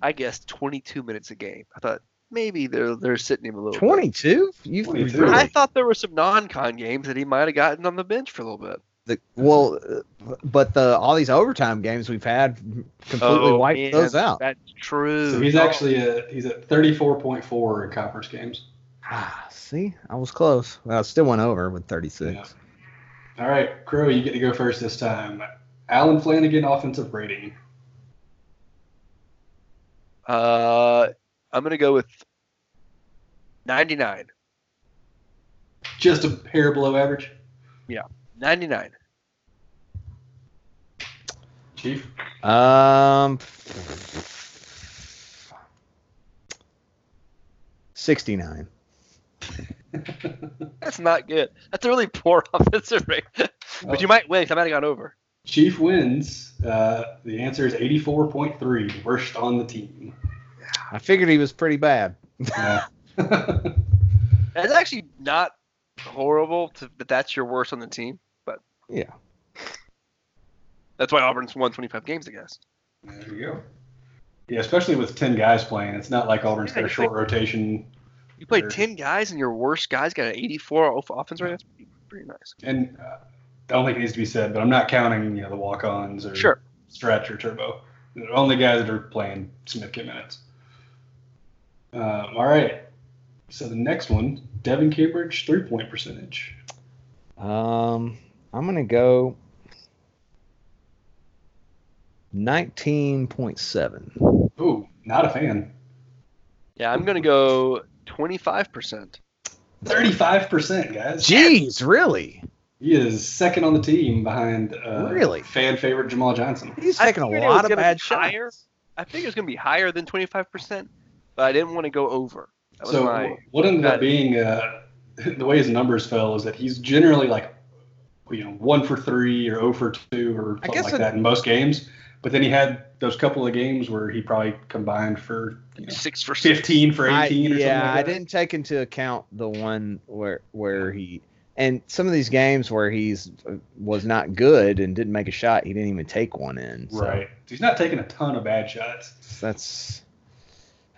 Speaker 7: I guessed 22 minutes a game. I thought maybe they're, they're sitting him a little bit.
Speaker 9: 22? You
Speaker 8: 22.
Speaker 9: really-
Speaker 7: I thought there were some non-con games that he might have gotten on the bench for a little bit.
Speaker 9: the well, uh, but the all these overtime games we've had completely
Speaker 7: Oh,
Speaker 9: wiped
Speaker 7: man,
Speaker 9: those out.
Speaker 7: That's true.
Speaker 8: So he's
Speaker 7: Oh,
Speaker 8: actually at, he's at 34.4 in conference games.
Speaker 9: Ah, see, I was close. Well, I still went over with 36.
Speaker 8: All right, Crow, you get to go first this time. Alan Flanagan offensive rating.
Speaker 7: Uh, I'm going to go with 99.
Speaker 8: Just a hair below average.
Speaker 7: 99.
Speaker 8: Chief?
Speaker 9: Um, 69.
Speaker 7: That's not good. That's a really poor offensive rate. but
Speaker 8: Oh.
Speaker 7: you might win 'cause I might have gone over.
Speaker 8: Chief wins. Uh, the answer is 84.3, worst on the team.
Speaker 9: I figured he was pretty bad.
Speaker 8: Yeah.
Speaker 7: That's actually not horrible to, that that's your worst on the team, but
Speaker 9: Yeah.
Speaker 7: that's why Auburn's won 25 games, I guess.
Speaker 8: there you go. Yeah, especially with 10 guys playing. It's not like Auburn's got a short rotation.
Speaker 7: You played
Speaker 8: Sure.
Speaker 7: 10 guys and your worst guy's got an 84 off- offense rate. That's pretty, pretty nice.
Speaker 8: And uh, I don't think it needs to be said, but I'm not counting you know, the walk ons or
Speaker 7: Sure.
Speaker 8: Stretch or Turbo. They're The only guys that are playing significant minutes. Uh, all right. So the next one Devin Cambridge, three point percentage.
Speaker 9: Um, I'm gonna go 19.7.
Speaker 8: Ooh, not a fan.
Speaker 7: Yeah, I'm going to go 25%.
Speaker 8: 35%, guys.
Speaker 9: Jeez, really?
Speaker 8: He is second on the team behind uh,
Speaker 9: Really?
Speaker 8: fan favorite Jamal Johnson.
Speaker 9: He's
Speaker 7: I
Speaker 9: taking a
Speaker 7: figured it was
Speaker 9: lot of
Speaker 7: gonna be
Speaker 9: bad
Speaker 7: higher.
Speaker 9: shots.
Speaker 7: I think it's going to be higher than 25%, but I didn't want to go over. That was
Speaker 8: So
Speaker 7: my.
Speaker 8: what ended
Speaker 7: that-
Speaker 8: up being uh, the way his numbers fell is that he's generally like you know one for three or zero for two or
Speaker 9: I
Speaker 8: something
Speaker 9: guess
Speaker 8: like
Speaker 9: it-
Speaker 8: that in most games. But then he had those couple of games where he probably combined for you know,
Speaker 7: Six for six.
Speaker 8: fifteen for
Speaker 9: I-
Speaker 8: eighteen or
Speaker 9: yeah,
Speaker 8: something. Like
Speaker 9: I
Speaker 8: that.
Speaker 9: didn't take into account the one where where he and some of these games where he's uh, was not good and didn't make a shot. He didn't even take one in. So
Speaker 8: Right. He's not taking a ton of bad shots.
Speaker 9: that's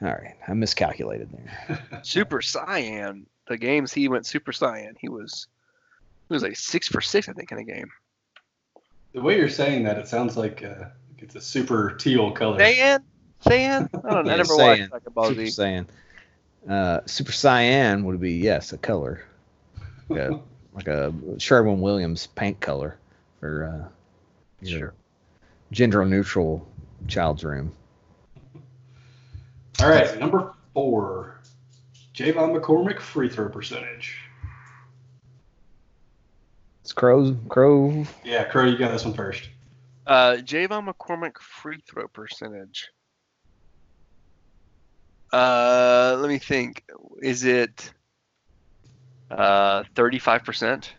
Speaker 9: all right. I miscalculated there.
Speaker 7: Super Cyan. The games he went Super Cyan. He was he was like six for six, I think, in a game.
Speaker 8: The way you're saying that, it sounds like uh, it's a super teal color.
Speaker 7: Cyan? Cyan? I don't know.
Speaker 9: Yeah,
Speaker 7: I never
Speaker 9: Cyan.
Speaker 7: watched Dragon Ball
Speaker 9: Super
Speaker 7: Z.
Speaker 9: Saiyan. Uh, Super Cyan would be yes, a color, like a, like a Sherwin Williams paint color for uh, sure. gender neutral child's room.
Speaker 8: All right, number four, Javon McCormick free throw percentage.
Speaker 9: It's crow crow
Speaker 8: Yeah, Crow, you got this one first.
Speaker 7: Uh, Javon McCormick free throw percentage. Uh, let me think. Is it uh thirty-five percent?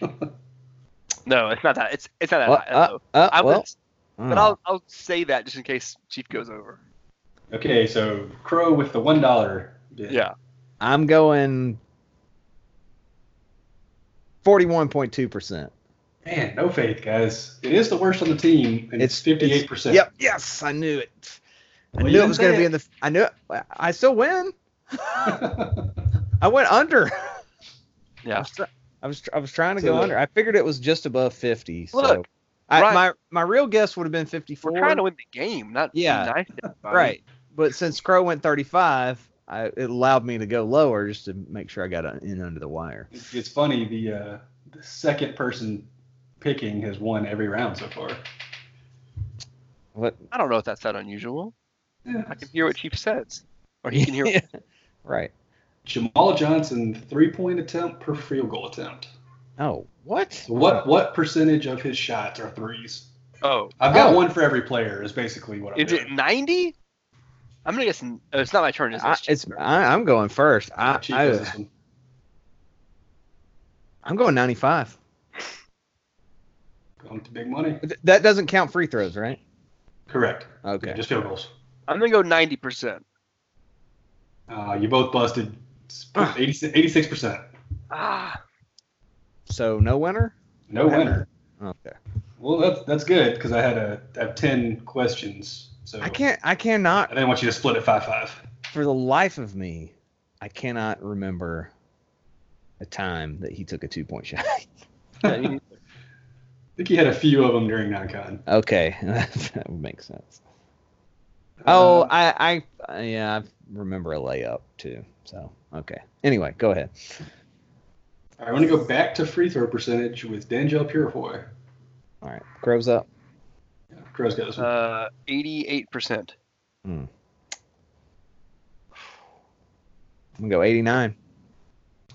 Speaker 7: No, it's not that. It's it's not that
Speaker 9: Well,
Speaker 7: high.
Speaker 9: uh,
Speaker 7: though.
Speaker 9: uh,
Speaker 7: I would,
Speaker 9: well, mm.
Speaker 7: but I'll I'll say that just in case Chief goes over.
Speaker 8: Okay, so Crow with the one dollar.
Speaker 7: Yeah.
Speaker 9: I'm going 41.2%.
Speaker 8: Man, no faith, guys. It is the worst on the team, and it's fifty-eight percent.
Speaker 9: Yep. Yes, I knew it. I
Speaker 8: Well,
Speaker 9: knew
Speaker 8: you
Speaker 9: it
Speaker 8: didn't
Speaker 9: was going to
Speaker 8: say
Speaker 9: be
Speaker 8: it.
Speaker 9: in the. I knew it. I still win. I went under. I
Speaker 7: Yeah.
Speaker 9: was, tr- I was, tr- I was trying to
Speaker 8: So
Speaker 9: go
Speaker 8: the-
Speaker 9: under. I figured it was just above 50. So
Speaker 7: Look,
Speaker 9: I,
Speaker 7: right.
Speaker 9: my, my real guess would have been 54.
Speaker 7: We're trying to win the game, not be
Speaker 9: Yeah.
Speaker 7: nice to everybody.
Speaker 9: Right. But since Crow went 35, I, it allowed me to go lower just to make sure I got uh, in under the wire.
Speaker 8: It's it's funny. The uh, the second person picking has won every round so far.
Speaker 9: What?
Speaker 7: I don't know if that's that unusual.
Speaker 8: Yeah.
Speaker 7: I can hear what Chief says, or he can hear.
Speaker 9: right.
Speaker 8: Jamal Johnson three-point attempt per field goal attempt.
Speaker 9: Oh, what?
Speaker 8: So what what percentage of his shots are threes?
Speaker 7: Oh,
Speaker 8: I've got
Speaker 9: Oh.
Speaker 8: one for every player. Is basically what I'm
Speaker 7: is it
Speaker 8: doing.
Speaker 7: ninety? I'm gonna guess. n- oh, It's not my turn. Is it?
Speaker 9: I,
Speaker 7: Chief?
Speaker 9: it's I, I'm going first. I,
Speaker 8: Chief has
Speaker 9: I
Speaker 8: this one.
Speaker 9: I'm going 95.
Speaker 8: Going to big money.
Speaker 9: Th- That doesn't count free throws, right?
Speaker 8: Correct.
Speaker 9: Okay.
Speaker 8: Just field goals.
Speaker 7: I'm gonna go ninety percent.
Speaker 8: Uh, you both busted It's
Speaker 9: Ah.
Speaker 8: 86 percent.
Speaker 7: Ah,
Speaker 9: So no winner.
Speaker 8: No winner.
Speaker 9: Okay.
Speaker 8: Well, that's that's good because I had a I have ten questions, so
Speaker 9: I can't. I cannot
Speaker 8: I didn't want you to split it five five.
Speaker 9: for the life of me. I cannot remember a time that he took a two point shot.
Speaker 7: yeah, you-
Speaker 8: I think you had a few of them during non-con.
Speaker 9: okay, that would make sense. Oh,
Speaker 8: Uh,
Speaker 9: I, I, yeah, I remember a layup too. So okay. Anyway, go ahead.
Speaker 8: all right, I want to go back to free throw percentage with Dangel Purifoy.
Speaker 9: All right, grows up.
Speaker 8: Yeah, Crow's got this one.
Speaker 7: uh, eighty-eight percent.
Speaker 9: I'm gonna go 89.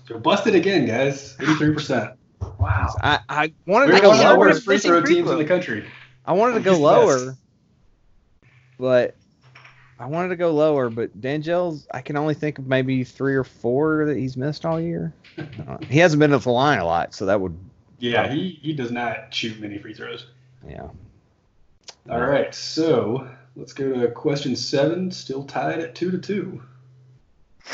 Speaker 8: so busted again, guys. Eighty-three percent.
Speaker 7: Wow.
Speaker 9: I, I wanted
Speaker 8: We're
Speaker 9: to go
Speaker 8: one of the
Speaker 9: lower.
Speaker 8: worst free throw teams in the country.
Speaker 9: I wanted to
Speaker 8: I'm
Speaker 9: go
Speaker 8: just
Speaker 9: lower,
Speaker 8: messed.
Speaker 9: but I wanted to go lower, but Dangel's. I can only think of maybe three or four that he's missed all year. Uh, he hasn't been at the line a lot, so that would
Speaker 8: Yeah, he he does not shoot many free throws.
Speaker 9: yeah.
Speaker 8: All right, so let's go to question seven, still tied at two to two.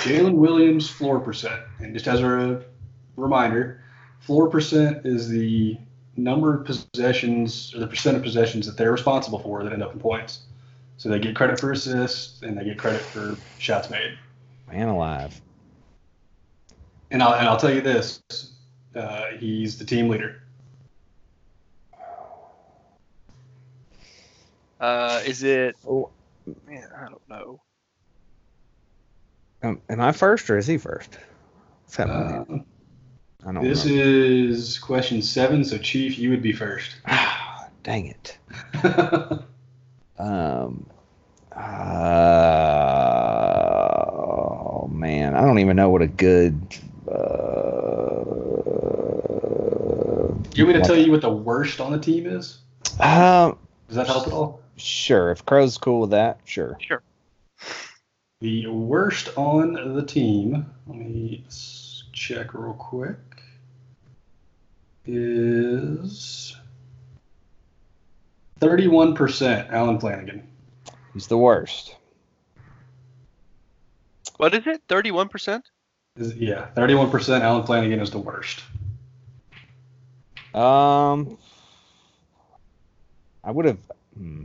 Speaker 8: Jalen Williams floor percent, and just as a reminder, floor percent is the number of possessions or the percent of possessions that they're responsible for that end up in points. So they get credit for assists and they get credit for shots made.
Speaker 9: Man alive.
Speaker 8: And I'll and I'll tell you this, uh, he's the team leader.
Speaker 7: Uh, is it?
Speaker 9: Oh,
Speaker 7: Man, I don't know.
Speaker 9: um, am I first or is he first? What's happening?
Speaker 8: Uh,
Speaker 9: here? I don't
Speaker 8: this
Speaker 9: remember.
Speaker 8: is question seven, so Chief, you would be first.
Speaker 9: Ah, dang it. Um, uh, oh man, I don't even know what a good. Uh,
Speaker 8: Do you want me to tell you what the worst on the team is?
Speaker 9: Um,
Speaker 8: Does that help at all?
Speaker 9: sure. If Crow's cool with that, sure.
Speaker 8: The worst on the team. Let me s- check real quick. is 31% Alan Flanagan.
Speaker 9: He's the worst.
Speaker 7: What is it? Thirty-one percent.
Speaker 8: Is, yeah, 31% Alan Flanagan is the worst.
Speaker 9: Um, I would have. Hmm.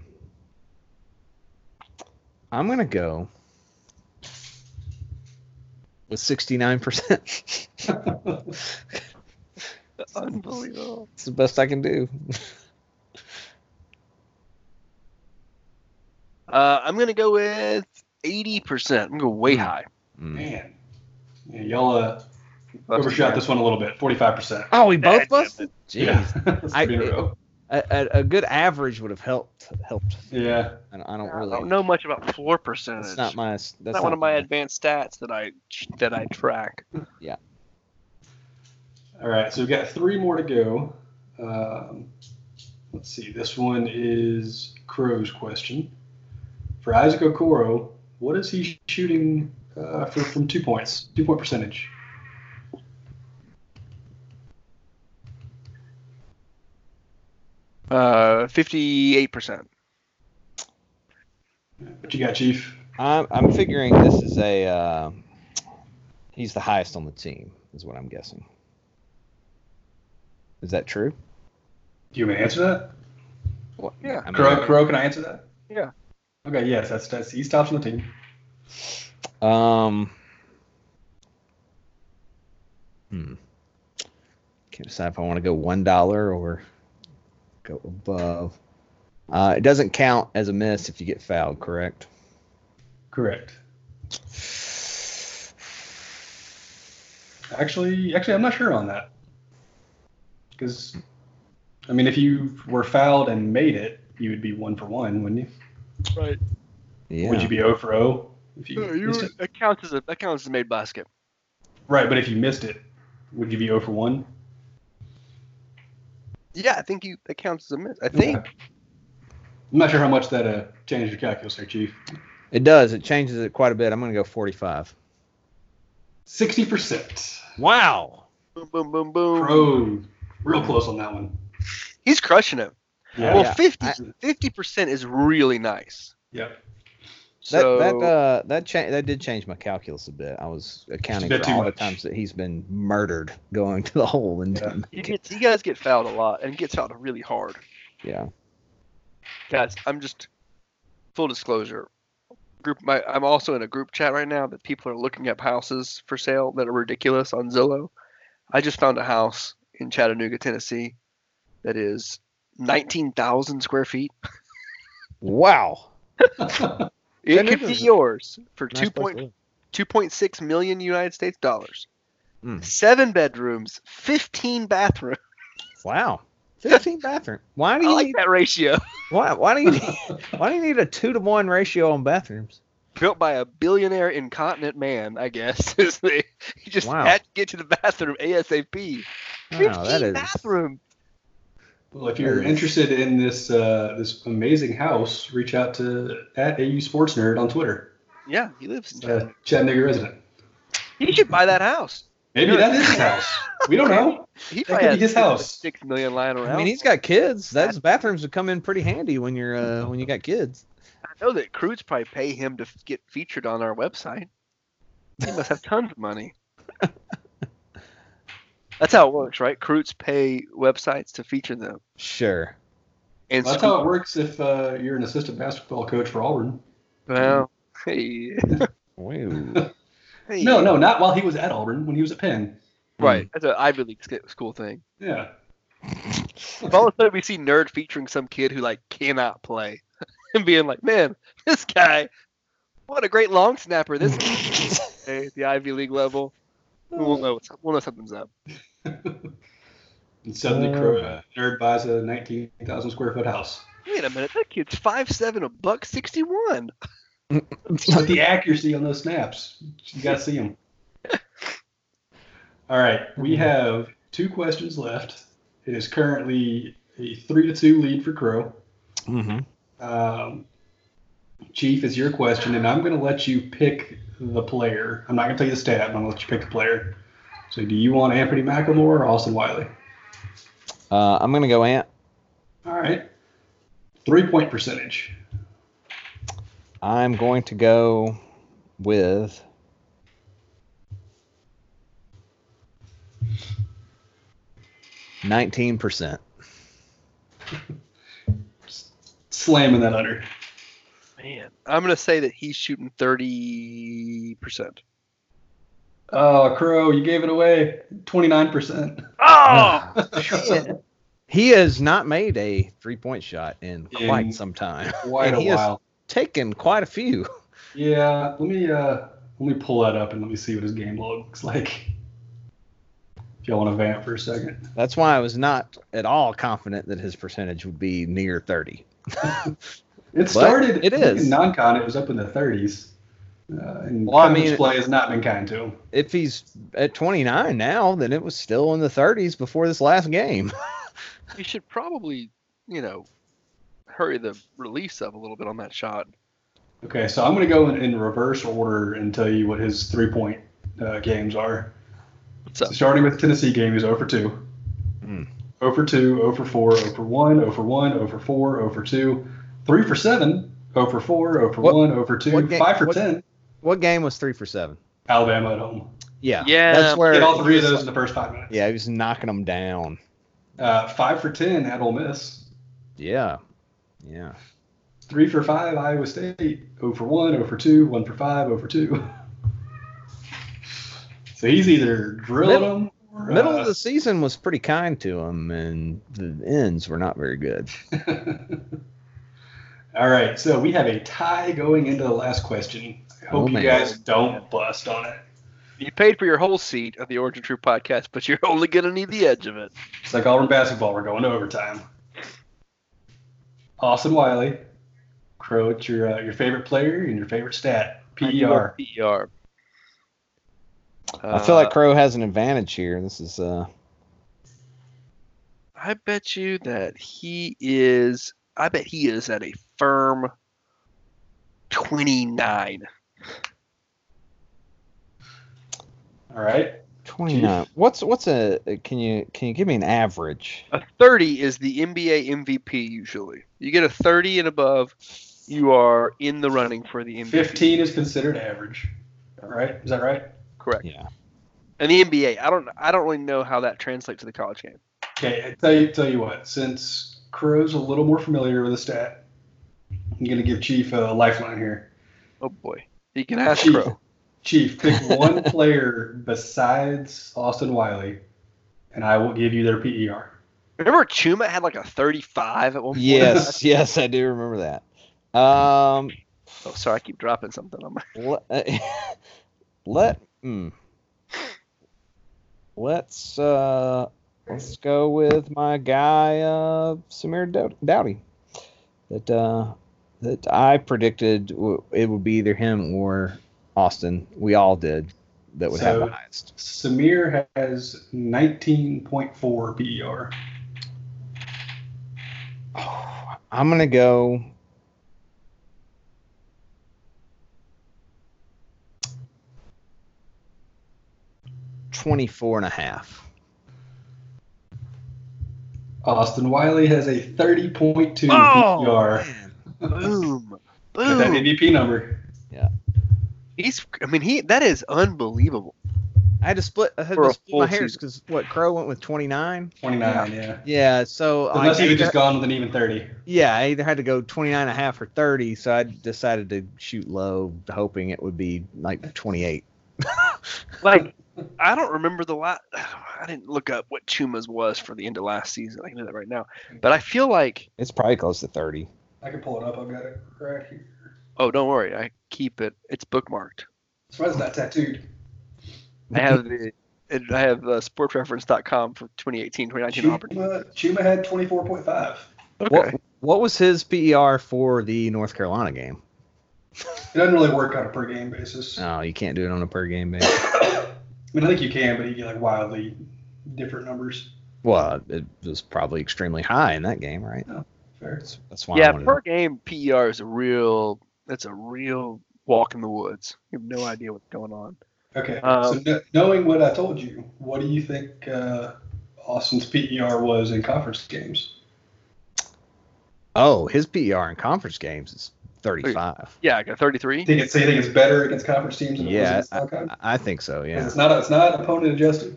Speaker 9: I'm gonna go with 69. percent
Speaker 7: Unbelievable.
Speaker 9: It's the best I can do.
Speaker 7: Uh, I'm gonna go with eighty percent. I'm gonna go way high.
Speaker 8: Man. Yeah, y'all uh, overshot this one a little bit. 45%.
Speaker 9: Oh, we both
Speaker 7: Yeah,
Speaker 9: busted. Jeez,
Speaker 8: Yeah. That's
Speaker 9: I-
Speaker 8: three in a row.
Speaker 9: a, a, a good average would have helped. Helped.
Speaker 8: yeah.
Speaker 9: And I don't
Speaker 7: I
Speaker 9: really.
Speaker 7: don't know much about floor percentage.
Speaker 9: That's not my. That's
Speaker 7: It's
Speaker 9: not,
Speaker 7: not one of my advanced stats that I that I track.
Speaker 8: All right, so we've got three more to go. Um, let's see. This one is Crow's question. For Isaac Okoro, what is he shooting uh, for, from two points, two point percentage?
Speaker 7: Uh, fifty-eight percent.
Speaker 8: What you got, Chief?
Speaker 9: I'm, I'm figuring this is a. Uh, he's the highest on the team, is what I'm guessing. Is that true?
Speaker 8: Do you want me to answer that?
Speaker 9: Well,
Speaker 7: Yeah.
Speaker 9: I mean,
Speaker 8: Crow, Crow, can I answer that?
Speaker 7: Yeah.
Speaker 8: Okay, yes, that's, that's he stops on the team.
Speaker 9: Um. Hmm. Can't decide if I want to go one dollar or go above. Uh, it doesn't count as a miss if you get fouled, correct?
Speaker 8: Correct. Actually, actually, I'm not sure on that. Because, I mean, if you were fouled and made it, you would be one for one, wouldn't you?
Speaker 7: Right.
Speaker 9: Yeah.
Speaker 8: Would you be 0 for 0 if you missed it?
Speaker 7: That counts as a that counts as a made basket.
Speaker 8: Right, but if you missed it, would you be 0 for 1?
Speaker 7: Yeah, I think you that counts as a miss. I think.
Speaker 8: I'm not sure how much that uh, changed your calculus there, Chief.
Speaker 9: it does. It changes it quite a bit. I'm going to go 45.
Speaker 8: 60%.
Speaker 9: Wow.
Speaker 7: Boom, boom, boom, boom.
Speaker 8: Pro. Real close on that one.
Speaker 7: He's crushing it.
Speaker 8: Yeah.
Speaker 7: well,
Speaker 9: yeah.
Speaker 7: 50 percent is really nice.
Speaker 8: Yep.
Speaker 7: So
Speaker 9: that that uh, that cha- that did change my calculus a bit. I was accounting
Speaker 8: bit
Speaker 9: for
Speaker 8: too
Speaker 9: all
Speaker 8: much.
Speaker 9: the times that he's been murdered going to the hole and
Speaker 8: Yeah.
Speaker 7: you, get, you guys get fouled a lot, and gets fouled really hard.
Speaker 9: yeah.
Speaker 7: Guys, I'm just full disclosure. Group, my, I'm also in a group chat right now that people are looking up houses for sale that are ridiculous on Zillow. I just found a house in Chattanooga, Tennessee, that is 19,000 square feet.
Speaker 9: Wow.
Speaker 7: It could be
Speaker 9: Chattanooga's a-
Speaker 7: yours for
Speaker 9: Nice
Speaker 7: two
Speaker 9: place
Speaker 7: point
Speaker 9: to live.
Speaker 7: 2.6 million United States dollars.
Speaker 9: Hmm.
Speaker 7: Seven bedrooms, 15 bathrooms.
Speaker 9: Wow. 15 bathroom. Why do
Speaker 7: I
Speaker 9: you
Speaker 7: like
Speaker 9: need,
Speaker 7: that ratio.
Speaker 9: why why do you need, why do you need a 2 to 1 ratio on bathrooms?
Speaker 7: Built by a billionaire incontinent man, I guess. is the- he just
Speaker 9: Wow.
Speaker 7: had to get to the bathroom ASAP.
Speaker 9: Wow, that
Speaker 7: 15
Speaker 9: is
Speaker 7: bathroom.
Speaker 8: Well, if you're interested in this uh, this amazing house, reach out to at AU Sports Nerd on Twitter.
Speaker 7: Yeah, he lives in
Speaker 8: Uh,
Speaker 7: Chattanooga.
Speaker 8: Chattanooga resident.
Speaker 7: He should buy that house.
Speaker 8: Maybe that is his house. We don't know.
Speaker 7: He
Speaker 8: That could be
Speaker 7: has
Speaker 8: his house.
Speaker 7: Six million lying around.
Speaker 9: I mean, he's got kids. Those bathrooms would come in pretty handy when you're uh, when you got kids.
Speaker 7: I know that Crude's probably pay him to f- get featured on our website. He must have tons of money. That's how it works, right? Crude's pay websites to feature them.
Speaker 9: Sure.
Speaker 7: And
Speaker 8: Well, that's
Speaker 7: school-
Speaker 8: how it works if uh, you're an assistant basketball coach for Auburn.
Speaker 7: well, hey,
Speaker 9: Wow.
Speaker 7: hey.
Speaker 8: No, no, not while he was at Auburn, when he was at Penn.
Speaker 7: right. That's an Ivy League sc- school thing.
Speaker 8: Yeah.
Speaker 7: If all of a sudden we see nerd featuring some kid who like cannot play, and being like, "Man, this guy, what a great long snapper!" This kid is at the Ivy League level, we'll know we'll know something's up.
Speaker 8: And suddenly,
Speaker 9: Uh.
Speaker 8: Crow, uh, nerd buys a 19,000 square foot house.
Speaker 7: Wait a minute, that kid's five seven, a buck sixty one.
Speaker 8: But the accuracy on those snaps, you got to see them. All right, we have two questions left. It is currently a three to two lead for Crow.
Speaker 9: Mm-hmm.
Speaker 8: Um, Chief is your question, and I'm going to let you pick the player. I'm not going to tell you the stat. I'm going to let you pick the player. So, do you want Anthony McElmore or Austin Wiley?
Speaker 9: Uh, I'm gonna go Ant.
Speaker 8: All right. Three point percentage.
Speaker 9: I'm going to go with. Nineteen percent.
Speaker 8: Slamming that under.
Speaker 7: Man, I'm gonna say that he's shooting thirty percent.
Speaker 8: Oh, Crow, you gave it away. 29%.
Speaker 7: Oh,
Speaker 8: Ah,
Speaker 9: He has not made a three-point shot in
Speaker 8: In
Speaker 9: quite some time.
Speaker 8: Quite
Speaker 9: And
Speaker 8: a
Speaker 9: he has
Speaker 8: while.
Speaker 9: Taken quite a few.
Speaker 8: Yeah, let me uh let me pull that up and let me see what his game log looks like. If y'all want to vamp for a second.
Speaker 9: That's why I was not at all confident that his percentage would be near thirty.
Speaker 8: It started
Speaker 9: it is.
Speaker 8: in non-con. It was up in the 30s. Uh, and
Speaker 9: Well, I
Speaker 8: well,
Speaker 9: mean-
Speaker 8: display has not been kind to him.
Speaker 9: if he's at 29 now, then it was still in the 30s before this last game.
Speaker 7: you should probably, you know, hurry the release up a little bit on that shot.
Speaker 8: Okay, so I'm going to go in, in reverse order and tell you what his three-point uh, games are.
Speaker 7: What's up?
Speaker 8: Starting with the Tennessee game, he's 0 for 2.
Speaker 9: Hmm.
Speaker 8: 0 for 2, 0 for 4, 0 for 1, 0 for 1, 0 for 4, 0 for 2, 3 for 7, 0 for 4, 0 for
Speaker 9: What-
Speaker 8: 1, 0 for 2,
Speaker 9: what ga-
Speaker 8: 5 for
Speaker 9: what-
Speaker 8: 10,
Speaker 9: What game was three for seven?
Speaker 8: Alabama at home.
Speaker 9: Yeah,
Speaker 7: Yeah.
Speaker 9: that's where.
Speaker 8: Hit all three of those in the first five minutes.
Speaker 9: Yeah, he was knocking them down.
Speaker 8: Uh, 5 for 10 at Ole Miss.
Speaker 9: Yeah, yeah.
Speaker 8: 3 for 5 Iowa State. 0 for 1, 0 for 2, 1 for 5, 0 for 2. so he's either drilling
Speaker 9: Middle-
Speaker 8: them or.
Speaker 9: Middle
Speaker 8: uh,
Speaker 9: of the season was pretty kind to him, and the ends were not very good.
Speaker 8: All right, so we have a tie going into the last question. I
Speaker 9: Oh,
Speaker 8: hope you
Speaker 9: man.
Speaker 8: guys don't bust on it.
Speaker 7: You paid for your whole seat of the Origin True podcast, but you're only gonna need the edge of it.
Speaker 8: It's like Auburn basketball, we're going to overtime. Austin Wiley, Crow, it's your, uh, your favorite player and your favorite stat, E PER.
Speaker 7: PER.
Speaker 9: I
Speaker 7: Uh,
Speaker 9: feel like Crow has an advantage here. This is uh,
Speaker 7: I bet you that he is. I bet he is at a firm twenty-nine.
Speaker 8: All right,
Speaker 9: 29. What's what's a? Can you can you give me an average?
Speaker 7: A thirty is the NBA MVP usually. You get a thirty and above, you are in the running for the MVP.
Speaker 8: 15 is considered average. All right, is that right?
Speaker 7: Correct.
Speaker 9: Yeah.
Speaker 7: And the NBA, I don't. I don't really know how that translates to the college game.
Speaker 8: Okay, I tell you, tell you what, since Crow's a little more familiar with the stat, I'm going to give Chief a lifeline here.
Speaker 7: Oh boy, you can ask
Speaker 8: Chief,
Speaker 7: Crow.
Speaker 8: Chief, pick one player besides Austin Wiley, and I will give you their E PER.
Speaker 7: Remember Chuma had like a thirty-five at one point.
Speaker 9: Yes, yes, I do remember that. Um,
Speaker 7: Oh, sorry, I keep dropping something. on my
Speaker 9: let, uh, let mm. let's uh let's go with my guy uh Samir Dow- Dowdy that uh that I predicted w- it would be either him or Austin. We all did that would have
Speaker 8: So-
Speaker 9: the highest.
Speaker 8: Samir has 19.4 PER.
Speaker 9: I'm gonna go. Twenty-four and a half.
Speaker 8: Austin Wiley has a 30.2 PER.
Speaker 7: boom,
Speaker 8: Get E that
Speaker 7: boom.
Speaker 8: MVP number.
Speaker 7: He's. I mean, he. That is unbelievable.
Speaker 9: I had to split. I had
Speaker 7: For
Speaker 9: to
Speaker 7: a
Speaker 9: split my
Speaker 7: full
Speaker 9: hairs because what Crow went with twenty nine.
Speaker 8: 29, yeah.
Speaker 9: Yeah, so I
Speaker 8: Unless he
Speaker 9: either,
Speaker 8: had just gone with an even 30.
Speaker 9: yeah, I either had to go 29 and a half or thirty. So I decided to shoot low, hoping it would be like twenty eight.
Speaker 7: Like, I don't remember the last. I didn't look up what Chuma's was for the end of last season. I can do that right now. But I feel like.
Speaker 9: It's probably close to thirty.
Speaker 8: I can pull it up. I've got it right here.
Speaker 7: Oh, don't worry. I keep it. It's bookmarked.
Speaker 8: Surprised it's not tattooed.
Speaker 7: I have the. it- I have uh, sportreference.com for 2018, 2019 Auburn.
Speaker 8: Chuma, Chuma had 24.5.
Speaker 7: Okay.
Speaker 9: What, what was his PER for the North Carolina game?
Speaker 8: It doesn't really work on a per game basis.
Speaker 9: Oh, you can't do it on a per game basis.
Speaker 8: I mean, I think you can, but you get like wildly different numbers.
Speaker 9: Well, it was probably extremely high in that game, right?
Speaker 8: Fair.
Speaker 9: That's why. I
Speaker 7: yeah,
Speaker 9: wanted
Speaker 7: per game PER is a real. That's a real walk in the woods. You have no idea what's going on.
Speaker 8: Okay.
Speaker 7: Um,
Speaker 8: so kn- knowing what I told you, what do you think uh, Austin's PER was in conference games.
Speaker 9: Oh, his PER in conference games is 35.
Speaker 7: Yeah, I got 33.
Speaker 8: Think it, so you think it's better against conference teams than
Speaker 9: Yeah,
Speaker 8: it was against Alcon?
Speaker 9: I, I think so.
Speaker 8: Because
Speaker 9: Yeah.
Speaker 8: It's not it's not opponent adjusted.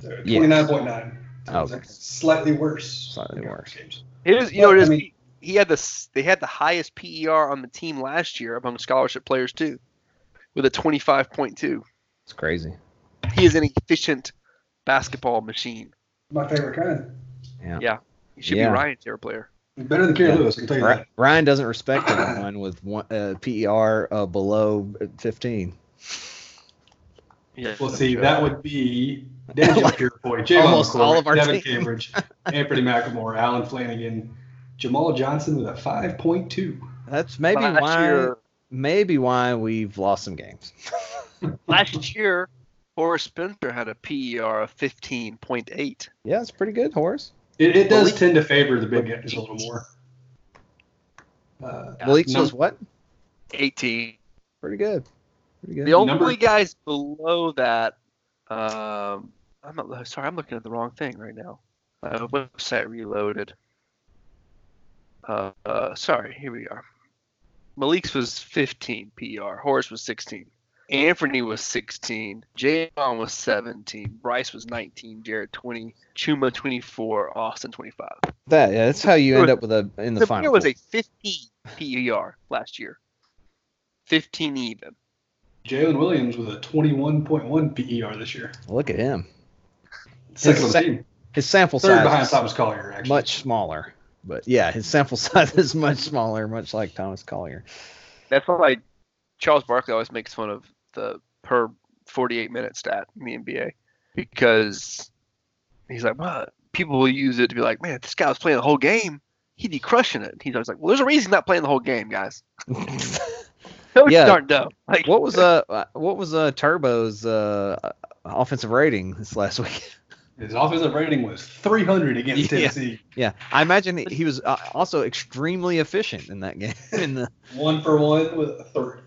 Speaker 9: Yes. Oh,
Speaker 8: Twenty nine point nine.
Speaker 9: Okay.
Speaker 8: Slightly worse.
Speaker 9: Slightly
Speaker 8: than
Speaker 9: worse.
Speaker 8: Games.
Speaker 7: It is, you know, it
Speaker 8: Well, I
Speaker 7: is.
Speaker 8: mean-
Speaker 7: he- he had this. They had the highest PER on the team last year among scholarship players too, with a 25.2.
Speaker 9: It's crazy.
Speaker 7: He is an efficient basketball machine.
Speaker 8: My favorite kind.
Speaker 9: Yeah.
Speaker 7: Yeah. He should
Speaker 9: Yeah.
Speaker 7: be Ryan's air player.
Speaker 8: He's Better than Kerry
Speaker 9: Yeah.
Speaker 8: Lewis, I can tell you
Speaker 9: Ri-
Speaker 8: that.
Speaker 9: Ryan doesn't respect anyone with one, uh, PER uh, below 15.
Speaker 7: Yeah.
Speaker 8: Well, see, that would be Daniel
Speaker 9: Like,
Speaker 8: Purefoy, Javon
Speaker 9: almost
Speaker 8: McCoy,
Speaker 9: all of our
Speaker 8: Devin
Speaker 9: team.
Speaker 8: Cambridge, Anthony McLemore, Alan Flanagan, Jamal Johnson with a five point two.
Speaker 9: That's maybe
Speaker 7: last
Speaker 9: why
Speaker 7: year.
Speaker 9: maybe why we've lost some games.
Speaker 7: Last year, Horace Spencer had a PER of 15.8.
Speaker 9: Yeah, it's pretty good, Horace.
Speaker 8: It, it does
Speaker 7: Malik-
Speaker 8: tend to favor the big guys a little more. Uh,
Speaker 9: Malik
Speaker 8: num-
Speaker 9: was what?
Speaker 7: 18.
Speaker 9: Pretty good. Pretty good.
Speaker 7: The only
Speaker 8: Number-
Speaker 7: guys below that, um, I'm not, sorry, I'm looking at the wrong thing right now. My website reloaded. Uh, uh, sorry, here we are. Malik's was 15 PR. Horace was 16. Anthony was 16. Javon was 17. Bryce was 19. Jared 20. Chuma 24. Austin 25.
Speaker 9: that, yeah, that's how you
Speaker 7: It
Speaker 9: end
Speaker 7: was-
Speaker 9: up with a in the
Speaker 7: There
Speaker 9: final.
Speaker 7: was
Speaker 9: four.
Speaker 7: a 15 PER last year. 15 even.
Speaker 8: Jalen Williams with a 21.1 PER E this year.
Speaker 9: Look at him.
Speaker 8: Second on
Speaker 9: sec-
Speaker 8: the team.
Speaker 9: His sample
Speaker 8: Third behind
Speaker 9: size
Speaker 8: Thomas Collier, actually.
Speaker 9: is much smaller. But yeah, his sample size is much smaller, much like Thomas Collier.
Speaker 7: That's why Charles Barkley always makes fun of the per 48 minute stat in the NBA because he's like, well, people will use it to be like, man, if this guy was playing the whole game, he'd be crushing it. He's always like, well, there's a reason he's not playing the whole game, guys. No,
Speaker 9: Yeah.
Speaker 7: yeah. darn dumb. Like,
Speaker 9: What was uh uh, what was uh Turbo's uh offensive rating this last week?
Speaker 8: His offensive rating was 300 against
Speaker 9: Yeah.
Speaker 8: Tennessee.
Speaker 9: yeah, I imagine he was uh, also extremely efficient in that game. In the
Speaker 8: One for one with a 30.